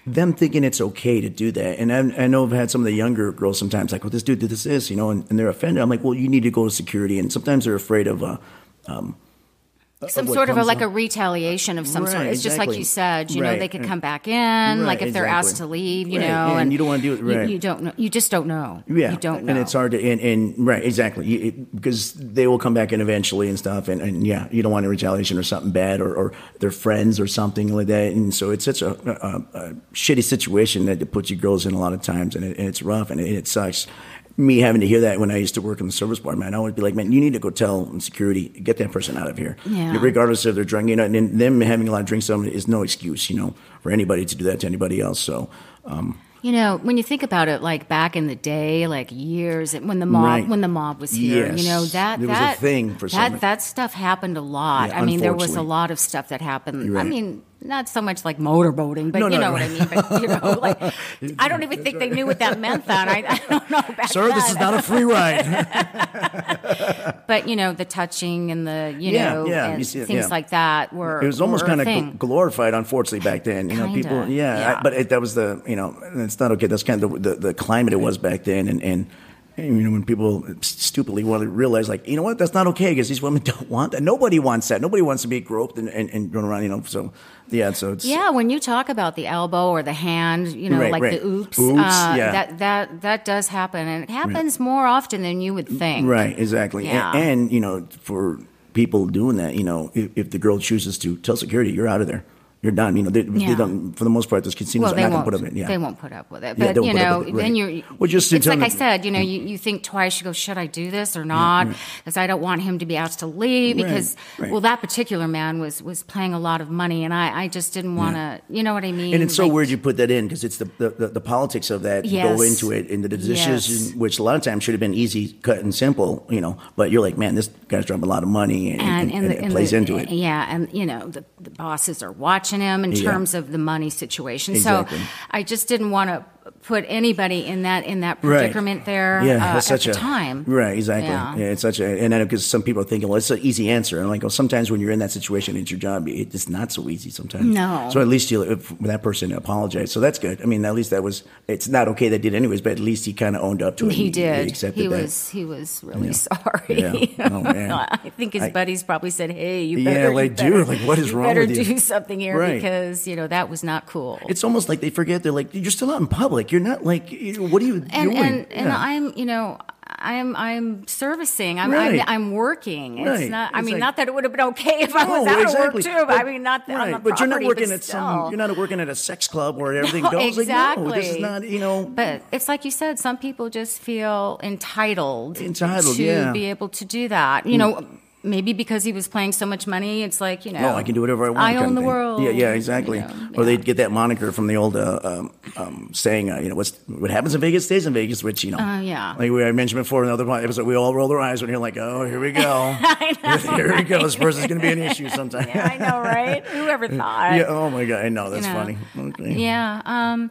Speaker 1: them thinking it's okay to do that. And I, I know I've had some of the younger girls sometimes like, "Well, this dude did this, this," you know, and, and they're offended. I'm like, "Well, you need to go to security." And sometimes they're afraid of. Uh,
Speaker 2: Some
Speaker 1: what
Speaker 2: sort of a,
Speaker 1: comes
Speaker 2: like
Speaker 1: up.
Speaker 2: a retaliation of some
Speaker 1: Right,
Speaker 2: sort. It's just like
Speaker 1: exactly.
Speaker 2: you said, you
Speaker 1: Right,
Speaker 2: know, they could
Speaker 1: and-
Speaker 2: come back in, like if
Speaker 1: Right,
Speaker 2: they're asked to
Speaker 1: exactly.
Speaker 2: leave, you
Speaker 1: Right,
Speaker 2: know,
Speaker 1: and you don't wanna do it,
Speaker 2: you-
Speaker 1: right.
Speaker 2: You, don't know. You just don't know.
Speaker 1: yeah,
Speaker 2: you don't know.
Speaker 1: and it's hard to and, and right exactly You- it- because they will come back in eventually and stuff and, and yeah you don't want a retaliation or something bad or, or their friends or something like that and so it's such a, a, a shitty situation that it puts you girls in a lot of times and, it, and it's rough and it, and it sucks me having to hear that when I used to work in the service bar, man, I would be like, man, you need to go tell security, get that person out of here.
Speaker 2: Yeah.
Speaker 1: Regardless if they're drunk, you know, and then them having a lot of drinks on them is no excuse, you know, for anybody to do that to anybody else. So, um,
Speaker 2: You know, when you think about it, like back in the day, like years and when the mob
Speaker 1: Right.
Speaker 2: when the mob was here,
Speaker 1: Yes.
Speaker 2: you know that
Speaker 1: There was a
Speaker 2: that
Speaker 1: thing for some-
Speaker 2: that that stuff happened a lot.
Speaker 1: Yeah,
Speaker 2: I mean, there was a
Speaker 1: unfortunately.
Speaker 2: lot of stuff that happened.
Speaker 1: You're
Speaker 2: I
Speaker 1: right.
Speaker 2: mean, not so much like motorboating, but
Speaker 1: No,
Speaker 2: you
Speaker 1: no,
Speaker 2: know
Speaker 1: no.
Speaker 2: what I mean. But you know, like I don't even think they knew what that meant then. I, I don't know back
Speaker 1: sir, this
Speaker 2: then.
Speaker 1: is not a free ride.
Speaker 2: But you know, the touching and the you
Speaker 1: Yeah,
Speaker 2: know
Speaker 1: yeah,
Speaker 2: and
Speaker 1: you see it,
Speaker 2: things
Speaker 1: yeah.
Speaker 2: like that were
Speaker 1: it was almost
Speaker 2: were a
Speaker 1: kind
Speaker 2: thing.
Speaker 1: of glorified, unfortunately, back then. You know,
Speaker 2: Kinda,
Speaker 1: people, yeah. I-
Speaker 2: yeah.
Speaker 1: but it, that was the, you know, it's not okay. That's kind of the, the, the climate it was back then, and and. and, You know, when people stupidly want to realize, like, you know what, that's not okay because these women don't want that. Nobody wants that. Nobody wants to be groped and, and, and run around, you know. So, yeah, so it's.
Speaker 2: Yeah, when you talk about the elbow or the hand, you know,
Speaker 1: Right,
Speaker 2: like
Speaker 1: right.
Speaker 2: the oops,
Speaker 1: Oops,
Speaker 2: uh,
Speaker 1: yeah.
Speaker 2: that that that does happen, and it happens more often than you would think.
Speaker 1: Right, exactly.
Speaker 2: Yeah.
Speaker 1: And, and, you know, for people doing that, you know, if, if the girl chooses to tell security, you're out of there. You're done. You know, they, they
Speaker 2: Yeah.
Speaker 1: don't, for the most part, those casinos
Speaker 2: Well,
Speaker 1: are
Speaker 2: they
Speaker 1: not going to
Speaker 2: won't.
Speaker 1: put up in. Yeah.
Speaker 2: They won't put up with it.
Speaker 1: Yeah,
Speaker 2: But
Speaker 1: don't
Speaker 2: you
Speaker 1: put up
Speaker 2: know,
Speaker 1: with it, right.
Speaker 2: then you're.
Speaker 1: Well, just in
Speaker 2: it's like I
Speaker 1: terms of-
Speaker 2: said. You know, you, you think twice. You go, should I do this or not? Because I don't want him to be asked to leave.
Speaker 1: Right,
Speaker 2: Because
Speaker 1: right.
Speaker 2: well, that particular man was was playing a lot of money, and I I just didn't want to. You know what I mean?
Speaker 1: And it's so
Speaker 2: Like,
Speaker 1: weird you put that in because it's the, the, the, the politics of that go
Speaker 2: Yes.
Speaker 1: into it and the decisions,
Speaker 2: Yes.
Speaker 1: which a lot of times should have been easy, cut, and simple, you know. But you're like, man, this guy's dropping a lot of money and, and, and it
Speaker 2: and
Speaker 1: plays
Speaker 2: the-
Speaker 1: into it.
Speaker 2: Yeah, and you know the, the bosses are watching him in
Speaker 1: Yeah.
Speaker 2: terms of the money situation.
Speaker 1: Exactly.
Speaker 2: So I just didn't want to put anybody in that in that
Speaker 1: Right.
Speaker 2: predicament there
Speaker 1: yeah,
Speaker 2: uh,
Speaker 1: that's
Speaker 2: at
Speaker 1: such
Speaker 2: the
Speaker 1: a
Speaker 2: time.
Speaker 1: Right, exactly.
Speaker 2: Yeah.
Speaker 1: Yeah, it's such a, and then because some people are thinking, well, it's an easy answer. And I'm like, well, sometimes when you're in that situation, it's your job. it- It's not so easy sometimes.
Speaker 2: No.
Speaker 1: So at least you, if that person apologized. So that's good. I mean, at least that was, it's not okay that did anyways, but at least he kind of owned up to it.
Speaker 2: He did.
Speaker 1: He accepted
Speaker 2: he
Speaker 1: that.
Speaker 2: was. He was really
Speaker 1: Yeah.
Speaker 2: sorry.
Speaker 1: Yeah. Oh, man.
Speaker 2: I think his
Speaker 1: I-
Speaker 2: buddies probably said, "Hey, you
Speaker 1: Yeah,
Speaker 2: better,
Speaker 1: like,
Speaker 2: you better-
Speaker 1: dude, like, what is
Speaker 2: you
Speaker 1: wrong
Speaker 2: better
Speaker 1: with you?"
Speaker 2: do something here
Speaker 1: Right.
Speaker 2: because you know that was not cool."
Speaker 1: It's almost like they forget. They're like, you're still out in public. You're not like, you know, what are you
Speaker 2: and
Speaker 1: doing?
Speaker 2: and, and
Speaker 1: Yeah.
Speaker 2: I'm you know. I'm I'm servicing. I'm
Speaker 1: Right.
Speaker 2: I'm, I'm working. It's
Speaker 1: Right.
Speaker 2: not. I
Speaker 1: It's
Speaker 2: mean,
Speaker 1: like-
Speaker 2: not that it would have been okay if I was
Speaker 1: No,
Speaker 2: out
Speaker 1: exactly.
Speaker 2: of work too. But, I
Speaker 1: But-
Speaker 2: mean, not that.
Speaker 1: right.
Speaker 2: on the
Speaker 1: but you're not
Speaker 2: property,
Speaker 1: working
Speaker 2: but
Speaker 1: at some.
Speaker 2: still.
Speaker 1: You're not working at a sex club where everything
Speaker 2: No,
Speaker 1: goes. Like, no, this is
Speaker 2: exactly.
Speaker 1: not. You know.
Speaker 2: But it's like you said, some people just feel entitled,
Speaker 1: Entitled,
Speaker 2: to
Speaker 1: yeah. Hmm.
Speaker 2: be able to do that. You know, maybe because he was playing so much money, it's like you know,
Speaker 1: no, I can do whatever I want.
Speaker 2: I
Speaker 1: kind of
Speaker 2: own the
Speaker 1: thing.
Speaker 2: world.
Speaker 1: Yeah, yeah,
Speaker 2: you
Speaker 1: exactly.
Speaker 2: know,
Speaker 1: Or
Speaker 2: yeah.
Speaker 1: they'd get that moniker from the old uh, um, um, saying, uh, you know, what's, what happens in Vegas stays in Vegas, which, you know,
Speaker 2: Oh, yeah.
Speaker 1: like we, I mentioned before in the other po- episode, we all roll our eyes when you're like, oh, here we go. here we go. This person's going to be an issue sometime.
Speaker 2: Yeah, I know, right? Whoever thought?
Speaker 1: Yeah, oh my God. I know. That's
Speaker 2: know.
Speaker 1: funny. Okay.
Speaker 2: Yeah. Um,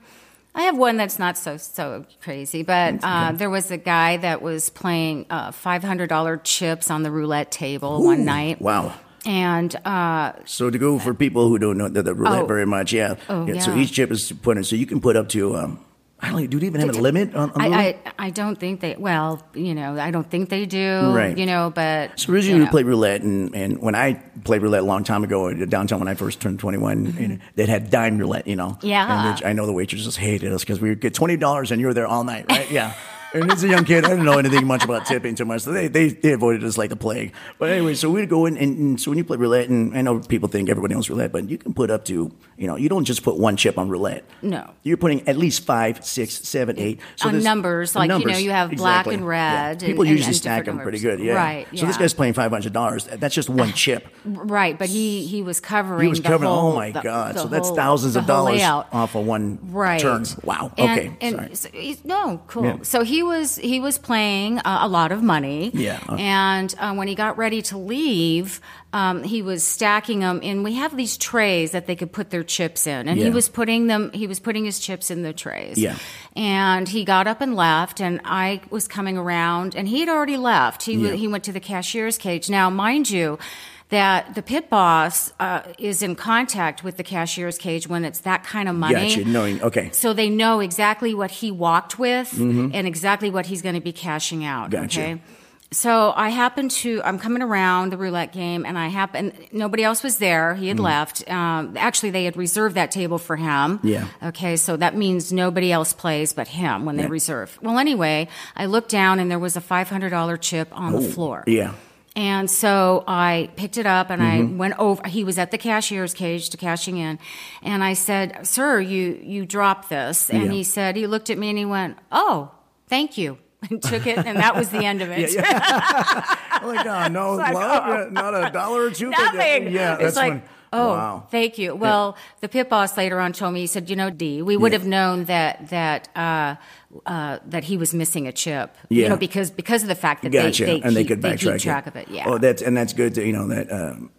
Speaker 2: I have one that's not so so crazy, but uh, there was a guy that was playing uh, five hundred dollar chips on the roulette table one
Speaker 1: Ooh,
Speaker 2: night,
Speaker 1: Wow.
Speaker 2: and uh,
Speaker 1: So to go for people who don't know the, the roulette
Speaker 2: Oh.
Speaker 1: very much, yeah.
Speaker 2: Oh,
Speaker 1: So
Speaker 2: yeah.
Speaker 1: each chip is put in. So you can put up to, um, I don't do they even have a limit on, on roulette?
Speaker 2: I, I I don't think they. Well, you know, I don't think they do.
Speaker 1: Right.
Speaker 2: You know, but
Speaker 1: So originally
Speaker 2: you
Speaker 1: we
Speaker 2: know.
Speaker 1: played roulette, and, and when I played roulette a long time ago downtown when I first turned 21, and they had dime roulette, you know.
Speaker 2: Mm-hmm. Yeah.
Speaker 1: And which I know the waitresses hated us because we would get $20 and you were there all night, right? Yeah. And as a young kid, I didn't know anything much about tipping too much, so they, they, they avoided us like the plague. But anyway, so we'd go in, and, and so when you play roulette, and I know people think everybody knows roulette, but you can put up to, you know, you don't just put one chip on roulette.
Speaker 2: No.
Speaker 1: You're putting at least five, six, seven, eight.
Speaker 2: On
Speaker 1: there's-
Speaker 2: numbers, like, you know, you have black and
Speaker 1: Yeah.
Speaker 2: red
Speaker 1: People
Speaker 2: and- and-
Speaker 1: usually
Speaker 2: and
Speaker 1: stack them
Speaker 2: different
Speaker 1: pretty
Speaker 2: numbers.
Speaker 1: good, yeah.
Speaker 2: Right,
Speaker 1: So this
Speaker 2: yeah.
Speaker 1: guy's playing five hundred dollars. That's just one chip.
Speaker 2: right, but he he was covering.
Speaker 1: He was
Speaker 2: the
Speaker 1: covering.
Speaker 2: whole-
Speaker 1: oh my
Speaker 2: the-
Speaker 1: god!
Speaker 2: the
Speaker 1: so that's
Speaker 2: whole-
Speaker 1: thousands
Speaker 2: the
Speaker 1: of
Speaker 2: whole
Speaker 1: dollars
Speaker 2: layout.
Speaker 1: off of one
Speaker 2: right
Speaker 1: turn. Wow.
Speaker 2: And-
Speaker 1: okay.
Speaker 2: and
Speaker 1: sorry.
Speaker 2: so he's- no cool
Speaker 1: Yeah.
Speaker 2: so he was he was playing uh, a lot of money
Speaker 1: Yeah.
Speaker 2: and uh, when he got ready to leave um, he was stacking them and we have these trays that they could put their chips in and he
Speaker 1: Yeah.
Speaker 2: was putting them he was putting his chips in the trays
Speaker 1: Yeah.
Speaker 2: and he got up and left and i was coming around and he had already left he, wa-
Speaker 1: Yeah.
Speaker 2: he went to the cashier's cage now mind you that the pit boss uh, is in contact with the cashier's cage when it's that kind of money
Speaker 1: Gotcha. Knowing. Okay. Mm-hmm.
Speaker 2: so they know exactly what he walked with and exactly what he's going to be cashing out.
Speaker 1: Gotcha.
Speaker 2: Okay. So I happen to, I'm coming around the roulette game and I happen, nobody else was there. He had
Speaker 1: Mm-hmm.
Speaker 2: left. Um, actually, they had reserved that table for him.
Speaker 1: Yeah.
Speaker 2: Okay. So that means nobody else plays but him when they
Speaker 1: Yeah.
Speaker 2: reserve. Well, anyway, I looked down and there was a $500 chip on
Speaker 1: Oh.
Speaker 2: the floor.
Speaker 1: Yeah.
Speaker 2: And so I picked it up and I
Speaker 1: Mm-hmm.
Speaker 2: went over. He was at the cashier's cage to cashing in, and I said, "Sir, you you dropped this." And
Speaker 1: Yeah.
Speaker 2: he said, he looked at me and he went, "Oh, thank you," and took it, and that was the end of it.
Speaker 1: Like oh, no
Speaker 2: like,
Speaker 1: love, uh, not a dollar or two.
Speaker 2: Nothing.
Speaker 1: Yeah.
Speaker 2: it's
Speaker 1: That's
Speaker 2: like.
Speaker 1: funny.
Speaker 2: Oh,
Speaker 1: Wow.
Speaker 2: thank you. Well, the pit boss later on told me he said, "You know, D, we would
Speaker 1: Yeah.
Speaker 2: have known that that uh, uh, that he was missing a chip, you
Speaker 1: Yeah.
Speaker 2: know, because because of the fact that
Speaker 1: Gotcha.
Speaker 2: they, they
Speaker 1: and they
Speaker 2: keep,
Speaker 1: could backtrack
Speaker 2: keep
Speaker 1: it.
Speaker 2: track of it. Yeah.
Speaker 1: Oh, that's and that's good to you know that um,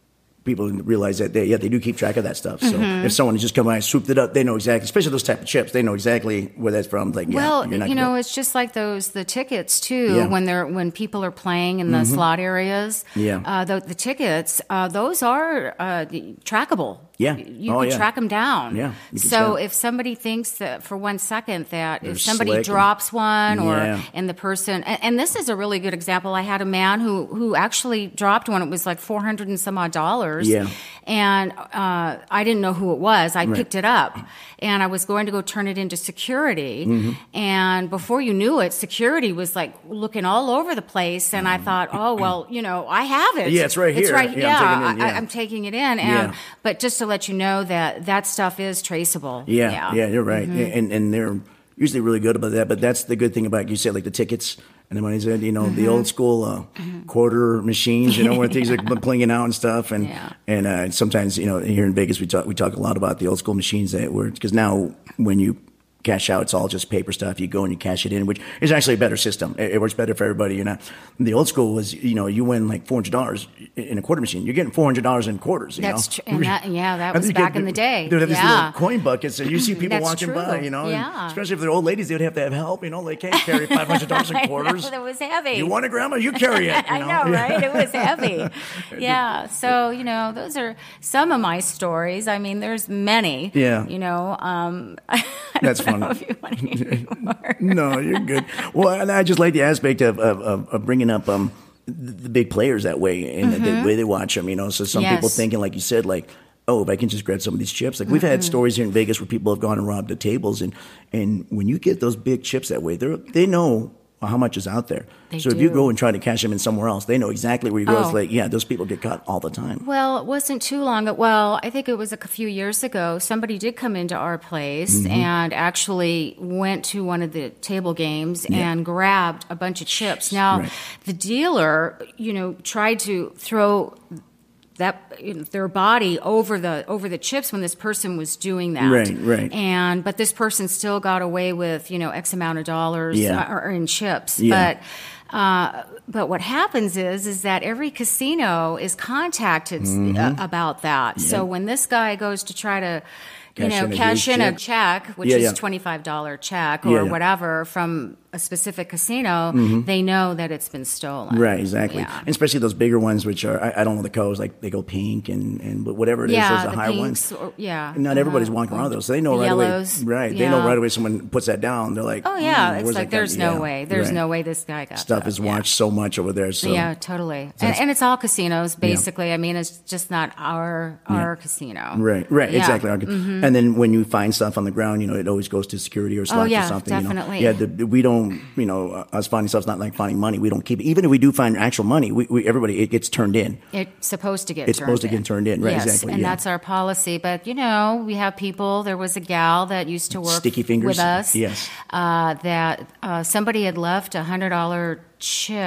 Speaker 1: people realize that they yeah they do keep track of that stuff. So
Speaker 2: Mm-hmm.
Speaker 1: if someone has just come by and swooped it up, they know exactly. Especially those type of chips, they know exactly where that's from. Like yeah,
Speaker 2: Well,
Speaker 1: you're not
Speaker 2: you
Speaker 1: gonna-
Speaker 2: know, it's just like those the tickets too.
Speaker 1: Yeah. Mm-hmm.
Speaker 2: When they're when people are playing in the slot areas,
Speaker 1: Yeah.
Speaker 2: uh, the, the tickets uh, those are uh, trackable.
Speaker 1: Yeah.
Speaker 2: you
Speaker 1: Oh,
Speaker 2: can
Speaker 1: yeah.
Speaker 2: track them down.
Speaker 1: Yeah, you can
Speaker 2: So
Speaker 1: tell.
Speaker 2: if somebody thinks that for one second that
Speaker 1: They're
Speaker 2: if somebody
Speaker 1: slick and-
Speaker 2: drops one or
Speaker 1: Yeah.
Speaker 2: and the person and, and this is a really good example. I had a man who who actually dropped one. It was like four hundred and some odd dollars.
Speaker 1: Yeah.
Speaker 2: And uh, I didn't know who it was. I picked it up and I was going to go turn it into security.
Speaker 1: Mm-hmm.
Speaker 2: And before you knew it, security was like looking all over the place. And I thought, oh, well, you know, I have it.
Speaker 1: Mm-hmm. Yeah, it's right
Speaker 2: It's
Speaker 1: here.
Speaker 2: right
Speaker 1: Yeah, I'm taking it
Speaker 2: yeah,
Speaker 1: in,
Speaker 2: I,
Speaker 1: yeah.
Speaker 2: I'm taking it in. And,
Speaker 1: Yeah.
Speaker 2: But just to let you know that that stuff is traceable.
Speaker 1: Yeah, yeah, you're right,
Speaker 2: Mm-hmm.
Speaker 1: and and they're usually really good about that. But that's the good thing about you said like the tickets and the money's in. You know,
Speaker 2: Mm-hmm.
Speaker 1: the old school uh, quarter machines. You know, where things are blinging out and stuff. And
Speaker 2: Yeah.
Speaker 1: and uh, sometimes you know here in Vegas we talk we talk a lot about the old school machines that were because now when you cash out. It's all just paper stuff. You go and you cash it in, which is actually a better system. It, it works better for everybody. You know, the old school was, you know, you win like $400 in a quarter machine. You're getting $400 in quarters. You
Speaker 2: That's
Speaker 1: know?
Speaker 2: tr- and that- yeah, that
Speaker 1: I
Speaker 2: was
Speaker 1: think
Speaker 2: back
Speaker 1: they-
Speaker 2: in the day.
Speaker 1: They would have these
Speaker 2: Yeah.
Speaker 1: little coin buckets, and you see people
Speaker 2: That's
Speaker 1: walking by,
Speaker 2: true.
Speaker 1: you know, and
Speaker 2: Yeah.
Speaker 1: especially if they're old ladies, they would have to have help. You know, they can't carry $500
Speaker 2: I
Speaker 1: in quarters.
Speaker 2: know, that was heavy.
Speaker 1: You want it, Grandma? You carry it. You
Speaker 2: I know, right? It was heavy. Yeah. So, you know, those are some of my stories. I mean, there's many.
Speaker 1: Yeah.
Speaker 2: You know, um, I don't
Speaker 1: That's
Speaker 2: know
Speaker 1: funny.
Speaker 2: if you want to hear any more.
Speaker 1: no, you're good. Well, and I just like the aspect of of, of, of bringing up um the the big players that way and the way they watch them. You know, so some people
Speaker 2: Mm-hmm. Yes.
Speaker 1: thinking, like you said, like. Oh, if I can just grab some of these chips. Like we've
Speaker 2: Mm-hmm.
Speaker 1: had stories here in Vegas where people have gone and robbed the tables, and and when you get those big chips that way, they they know how much is out there.
Speaker 2: They
Speaker 1: so if you
Speaker 2: do.
Speaker 1: go and try to cash them in somewhere else, they know exactly where you go. It's
Speaker 2: Oh.
Speaker 1: like yeah, those people get caught all the time.
Speaker 2: Well, it wasn't too long. a- Well, I think it was a few years ago. Somebody did come into our place
Speaker 1: Mm-hmm.
Speaker 2: and actually went to one of the table games and grabbed a bunch of chips. Now,
Speaker 1: Right.
Speaker 2: the dealer, you know, tried to throw that you know, their body over the over the chips when this person was doing that.
Speaker 1: Right, right.
Speaker 2: And but this person still got away with you know x amount of dollars
Speaker 1: Yeah.
Speaker 2: uh, or, in chips,
Speaker 1: Yeah.
Speaker 2: but. Uh, but what happens is is that every casino is contacted s-
Speaker 1: Mm-hmm.
Speaker 2: uh, about that. So when this guy goes to try to you
Speaker 1: Cash
Speaker 2: know
Speaker 1: in a
Speaker 2: cash
Speaker 1: huge
Speaker 2: in a
Speaker 1: check.
Speaker 2: check, which
Speaker 1: Yeah,
Speaker 2: is
Speaker 1: yeah.
Speaker 2: twenty five dollar check or
Speaker 1: Yeah, yeah.
Speaker 2: whatever from a specific casino, they know that it's been stolen.
Speaker 1: Right, exactly.
Speaker 2: Yeah.
Speaker 1: And especially those bigger ones, which are I, I don't know the colors, like they go pink and and whatever it is,
Speaker 2: Yeah,
Speaker 1: those are the,
Speaker 2: the
Speaker 1: high ones.
Speaker 2: pinks or- yeah,
Speaker 1: And not
Speaker 2: uh-huh.
Speaker 1: everybody's walking around with those, so they know right
Speaker 2: Yellows,
Speaker 1: away. Right, they know
Speaker 2: yeah.
Speaker 1: right away. Someone puts that down, they're like,
Speaker 2: Oh yeah,
Speaker 1: "Hmm,
Speaker 2: it's
Speaker 1: where's
Speaker 2: like
Speaker 1: that guy?"
Speaker 2: there's
Speaker 1: Yeah,
Speaker 2: no way, there's
Speaker 1: right.
Speaker 2: no way this guy got
Speaker 1: Stuff
Speaker 2: that.
Speaker 1: is
Speaker 2: Yeah.
Speaker 1: watched so much over there. So
Speaker 2: Yeah, totally. and,
Speaker 1: it's-
Speaker 2: and it's all casinos, basically. I mean, it's just not our our casino.
Speaker 1: Right, right,
Speaker 2: Yeah. Mm-hmm.
Speaker 1: exactly. And then when you find stuff on the ground, you know, it always goes to security or slugs
Speaker 2: Oh, yeah,
Speaker 1: or something.
Speaker 2: definitely.
Speaker 1: You know? Yeah, the, the- we don't, you know, uh, us finding stuff's not like finding money. We don't keep it. Even if we do find actual money, we, we everybody it gets turned in.
Speaker 2: It's supposed to get
Speaker 1: It's
Speaker 2: turned
Speaker 1: supposed to
Speaker 2: in.
Speaker 1: get turned in, right,
Speaker 2: Yes,
Speaker 1: exactly,
Speaker 2: And
Speaker 1: yeah.
Speaker 2: that's our policy. But you know, we have people. There was a gal that used to work
Speaker 1: Sticky fingers.
Speaker 2: with us.
Speaker 1: Yes.
Speaker 2: Uh, that uh, somebody had left a hundred dollar chip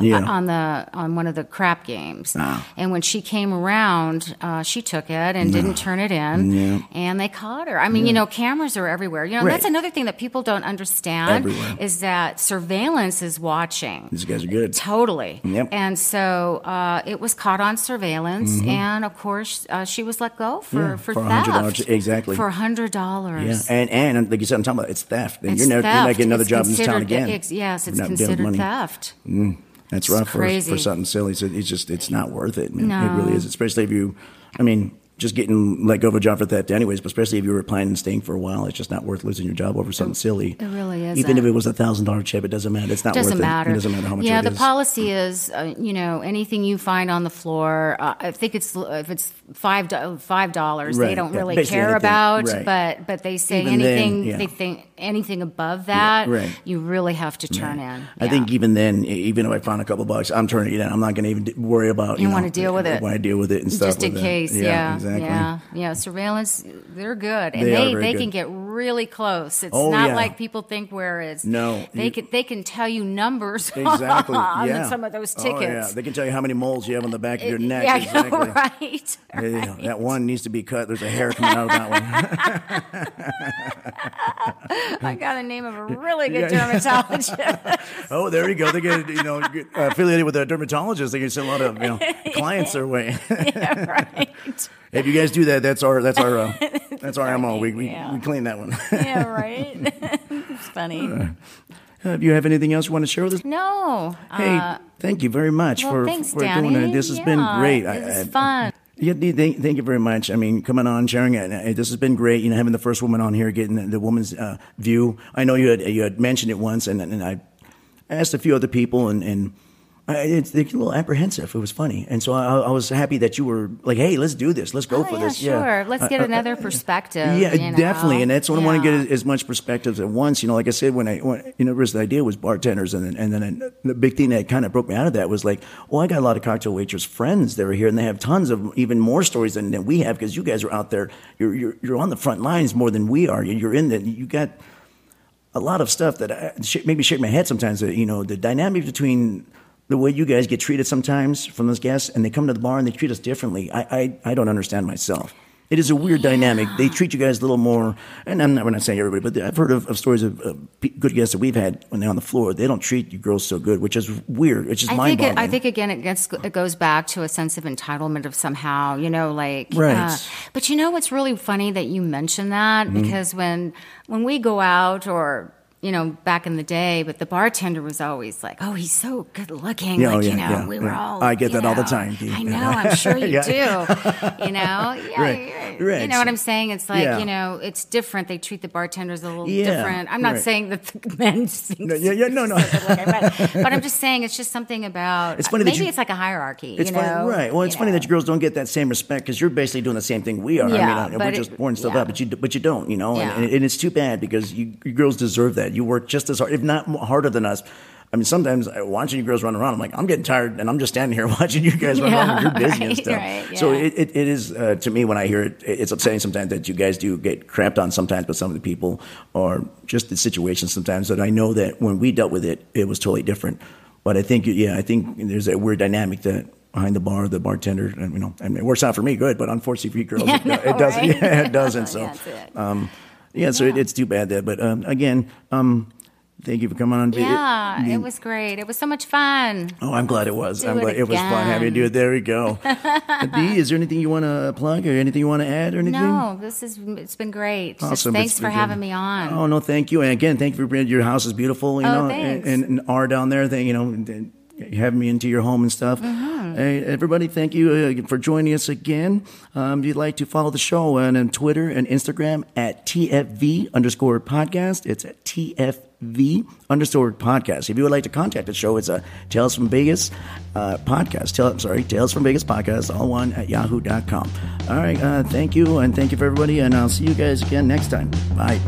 Speaker 1: Yeah.
Speaker 2: on the on one of the crap games,
Speaker 1: Ah.
Speaker 2: and when she came around, uh, she took it and didn't turn it in,
Speaker 1: Ah. Yeah.
Speaker 2: and they caught her. I mean, you know, cameras are everywhere. You know,
Speaker 1: Right.
Speaker 2: that's another thing that people don't understand
Speaker 1: Everywhere.
Speaker 2: is that surveillance is watching.
Speaker 1: These guys are good.
Speaker 2: Totally.
Speaker 1: Yep. Mm-hmm.
Speaker 2: And so uh, it was caught on surveillance, and of course uh, she was let go for
Speaker 1: Yeah,
Speaker 2: for,
Speaker 1: for
Speaker 2: theft.
Speaker 1: $100, exactly.
Speaker 2: For hundred dollars.
Speaker 1: Yeah, and and like you said, I'm talking about it's theft. And you're never you're not getting another job in this town again.
Speaker 2: yes,
Speaker 1: for
Speaker 2: it's
Speaker 1: not doing
Speaker 2: considered
Speaker 1: money.
Speaker 2: theft.
Speaker 1: That's
Speaker 2: It's
Speaker 1: rough for,
Speaker 2: crazy.
Speaker 1: for something silly. So it's just it's not worth it, man. It
Speaker 2: No.
Speaker 1: really is, especially if you, I mean, just getting let go of a job for theft, anyways. But especially if you were planning on staying for a while, it's just not worth losing your job over something silly.
Speaker 2: it really
Speaker 1: Even
Speaker 2: isn't.
Speaker 1: if it was a thousand dollar chip, it doesn't matter. It's not
Speaker 2: doesn't
Speaker 1: worth
Speaker 2: matter.
Speaker 1: it. It doesn't matter how much.
Speaker 2: Yeah,
Speaker 1: it
Speaker 2: the
Speaker 1: is.
Speaker 2: policy is, uh, you know, anything you find on the floor. Uh, I think it's if it's five do- five dollars, they
Speaker 1: Right,
Speaker 2: don't
Speaker 1: yeah,
Speaker 2: really
Speaker 1: basically
Speaker 2: care
Speaker 1: anything,
Speaker 2: about.
Speaker 1: right.
Speaker 2: But but they say
Speaker 1: Even then,
Speaker 2: anything
Speaker 1: yeah.
Speaker 2: they think anything above that,
Speaker 1: right.
Speaker 2: you really have to turn in.
Speaker 1: I
Speaker 2: Yeah.
Speaker 1: think even then, e- even if I found a couple bucks, I'm turning it in. I'm not going to even d- worry about
Speaker 2: You
Speaker 1: know,
Speaker 2: wanna deal with it.
Speaker 1: Want to deal with it and stuff.
Speaker 2: just in
Speaker 1: with it.
Speaker 2: case. Yeah, yeah,
Speaker 1: exactly.
Speaker 2: yeah, Surveillance, they're good, and
Speaker 1: They are
Speaker 2: they
Speaker 1: very
Speaker 2: they
Speaker 1: good.
Speaker 2: can get really close. It's
Speaker 1: Oh,
Speaker 2: not
Speaker 1: yeah.
Speaker 2: like people think where it's
Speaker 1: No,
Speaker 2: They
Speaker 1: you-
Speaker 2: can they can tell you numbers
Speaker 1: Exactly.
Speaker 2: on
Speaker 1: yeah.
Speaker 2: some of those
Speaker 1: Oh, yeah.
Speaker 2: tickets.
Speaker 1: They can tell you how many moles you have on the back of your neck.
Speaker 2: yeah,
Speaker 1: exactly.
Speaker 2: right.
Speaker 1: Yeah, yeah. That one needs to be cut. There's a hair coming out of that one.
Speaker 2: I got a name of a really good
Speaker 1: Yeah.
Speaker 2: dermatologist.
Speaker 1: Oh, there you go. They get you know get affiliated with a dermatologist. They can send a lot of you know clients their way.
Speaker 2: yeah, right.
Speaker 1: if you guys do that, that's our that's our uh, that's our mo. We we,
Speaker 2: Yeah.
Speaker 1: we clean that one.
Speaker 2: Yeah, right. it's
Speaker 1: Uh,
Speaker 2: funny.
Speaker 1: if you have anything else you want to share with us,
Speaker 2: No.
Speaker 1: hey,
Speaker 2: uh,
Speaker 1: thank you very much
Speaker 2: well,
Speaker 1: for
Speaker 2: thanks,
Speaker 1: for
Speaker 2: Danny.
Speaker 1: doing it. This has been
Speaker 2: Yeah,
Speaker 1: great. I-
Speaker 2: This is
Speaker 1: I-
Speaker 2: fun.
Speaker 1: Yeah, Dee, thank, thank you very much. I mean, coming on, sharing it. Uh, This has been great. You know, having the first woman on here, getting the, the woman's uh, view. I know you had you had mentioned it once, and and I asked a few other people, and and I, it's, it's a little apprehensive. It was funny, and so I, I was happy that you were like, "Hey, let's do this. Let's go
Speaker 2: Oh,
Speaker 1: for
Speaker 2: yeah,
Speaker 1: this." uh,
Speaker 2: sure. Let's get another perspective.
Speaker 1: Yeah,
Speaker 2: you know?
Speaker 1: definitely, and that's what I want to
Speaker 2: Yeah.
Speaker 1: get as, as much perspectives at once. You know, like I said, when I when, you know, first the idea was bartenders, and then and then I, the big thing that kind of broke me out of that was like, well, I got a lot of cocktail waitress friends that are here, and they have tons of even more stories than, than we have because you guys are out there, you're, you're you're on the front lines more than we are. You're in the you got a lot of stuff that I, sh- made me shake my head sometimes. That, you know, the dynamic between the way you guys get treated sometimes from those guests, and they come to the bar and they treat us differently. I I, I don't understand myself. It is a weird dynamic. They treat you guys a little more, and I'm not, we're not saying everybody, but I've heard of, of stories of uh, pe- good guests that we've had when they're on the floor. They don't treat you girls so good, which is weird. It's just
Speaker 2: I
Speaker 1: mind
Speaker 2: think,
Speaker 1: boggling.
Speaker 2: it, I think again, it, gets, it goes back to a sense of entitlement of somehow, you know, like. uh,
Speaker 1: Right. Mm-hmm.
Speaker 2: but you know what's really funny that you mention that because when when we go out or you know back in the day, but the bartender was always like, "Oh, he's so good looking,"
Speaker 1: Yeah, oh,
Speaker 2: like you
Speaker 1: yeah,
Speaker 2: know,
Speaker 1: yeah,
Speaker 2: we were
Speaker 1: yeah.
Speaker 2: all.
Speaker 1: I get
Speaker 2: you
Speaker 1: that all the
Speaker 2: know,
Speaker 1: time, Dee.
Speaker 2: I know, I'm sure you
Speaker 1: Yeah.
Speaker 2: do. You know, yeah,
Speaker 1: Right,
Speaker 2: yeah.
Speaker 1: right.
Speaker 2: You know what I'm saying? It's like
Speaker 1: Yeah.
Speaker 2: you know, it's different. They treat the bartenders a little
Speaker 1: Yeah,
Speaker 2: different. I'm not
Speaker 1: right.
Speaker 2: saying that the men think
Speaker 1: No, yeah, yeah, no, no.
Speaker 2: like I read. But I'm just saying, it's just something about.
Speaker 1: It's funny that
Speaker 2: maybe
Speaker 1: you-
Speaker 2: it's like a hierarchy.
Speaker 1: It's
Speaker 2: you
Speaker 1: funny,
Speaker 2: know?
Speaker 1: right? Well, it's funny
Speaker 2: know.
Speaker 1: that you girls don't get that same respect because you're basically doing the same thing we are.
Speaker 2: Yeah,
Speaker 1: I mean, I- we're
Speaker 2: but
Speaker 1: just
Speaker 2: it-
Speaker 1: pouring stuff
Speaker 2: yeah.
Speaker 1: out, but you d- but you don't, you know. And-
Speaker 2: Yeah.
Speaker 1: And, and it's too bad because you, you girls deserve that. You work just as hard, if not mo- harder than us. I mean, sometimes I- watching you girls run around, I'm like, I'm getting tired, and I'm just standing here watching you guys run around.
Speaker 2: Yeah,
Speaker 1: and You're busy and
Speaker 2: right,
Speaker 1: stuff.
Speaker 2: right,
Speaker 1: So
Speaker 2: yeah.
Speaker 1: it, it, it is uh, to me when I hear it, it, it's upsetting sometimes that you guys do get crapped on sometimes, but some of the people are just the situation sometimes. That I know that when we dealt with it, it was totally different. But I think yeah, I think there's that weird dynamic that behind the bar, the bartender, and you know, I mean, it works out for me good, but unfortunately for you girls, it,
Speaker 2: I know,
Speaker 1: it doesn't.
Speaker 2: right?
Speaker 1: Yeah, it doesn't. So.
Speaker 2: Oh, That's it.
Speaker 1: Um, yeah, so It, it's too bad that. But um, again, um, thank you for coming on. It- it-
Speaker 2: Yeah,
Speaker 1: you-
Speaker 2: it was great. It was so much fun.
Speaker 1: Oh, I'm glad it was.
Speaker 2: Do
Speaker 1: I'm
Speaker 2: it
Speaker 1: glad it was fun having you
Speaker 2: again.
Speaker 1: do it. There we go. Dee, is there anything you want to plug or anything you want to add or anything?
Speaker 2: No, this is it's been great. Just
Speaker 1: Awesome.
Speaker 2: thanks
Speaker 1: It's
Speaker 2: for
Speaker 1: been good.
Speaker 2: having me on.
Speaker 1: Oh no, thank you, and again, thank you for bringing your house is beautiful. You
Speaker 2: Oh,
Speaker 1: know,
Speaker 2: thanks.
Speaker 1: And, and, and R down there, thank you know, and, and having me into your home and stuff.
Speaker 2: Mm-hmm.
Speaker 1: Hey, everybody, thank you uh, for joining us again. Um, if you'd like to follow the show and on Twitter and Instagram at TFV underscore podcast, it's at TFV underscore podcast. If you would like to contact the show, it's a Tales from Vegas uh, podcast. Tell, I'm sorry, Tales from Vegas podcast, all one at yahoo.com. All right, uh, thank you, and thank you for everybody, and I'll see you guys again next time. Bye.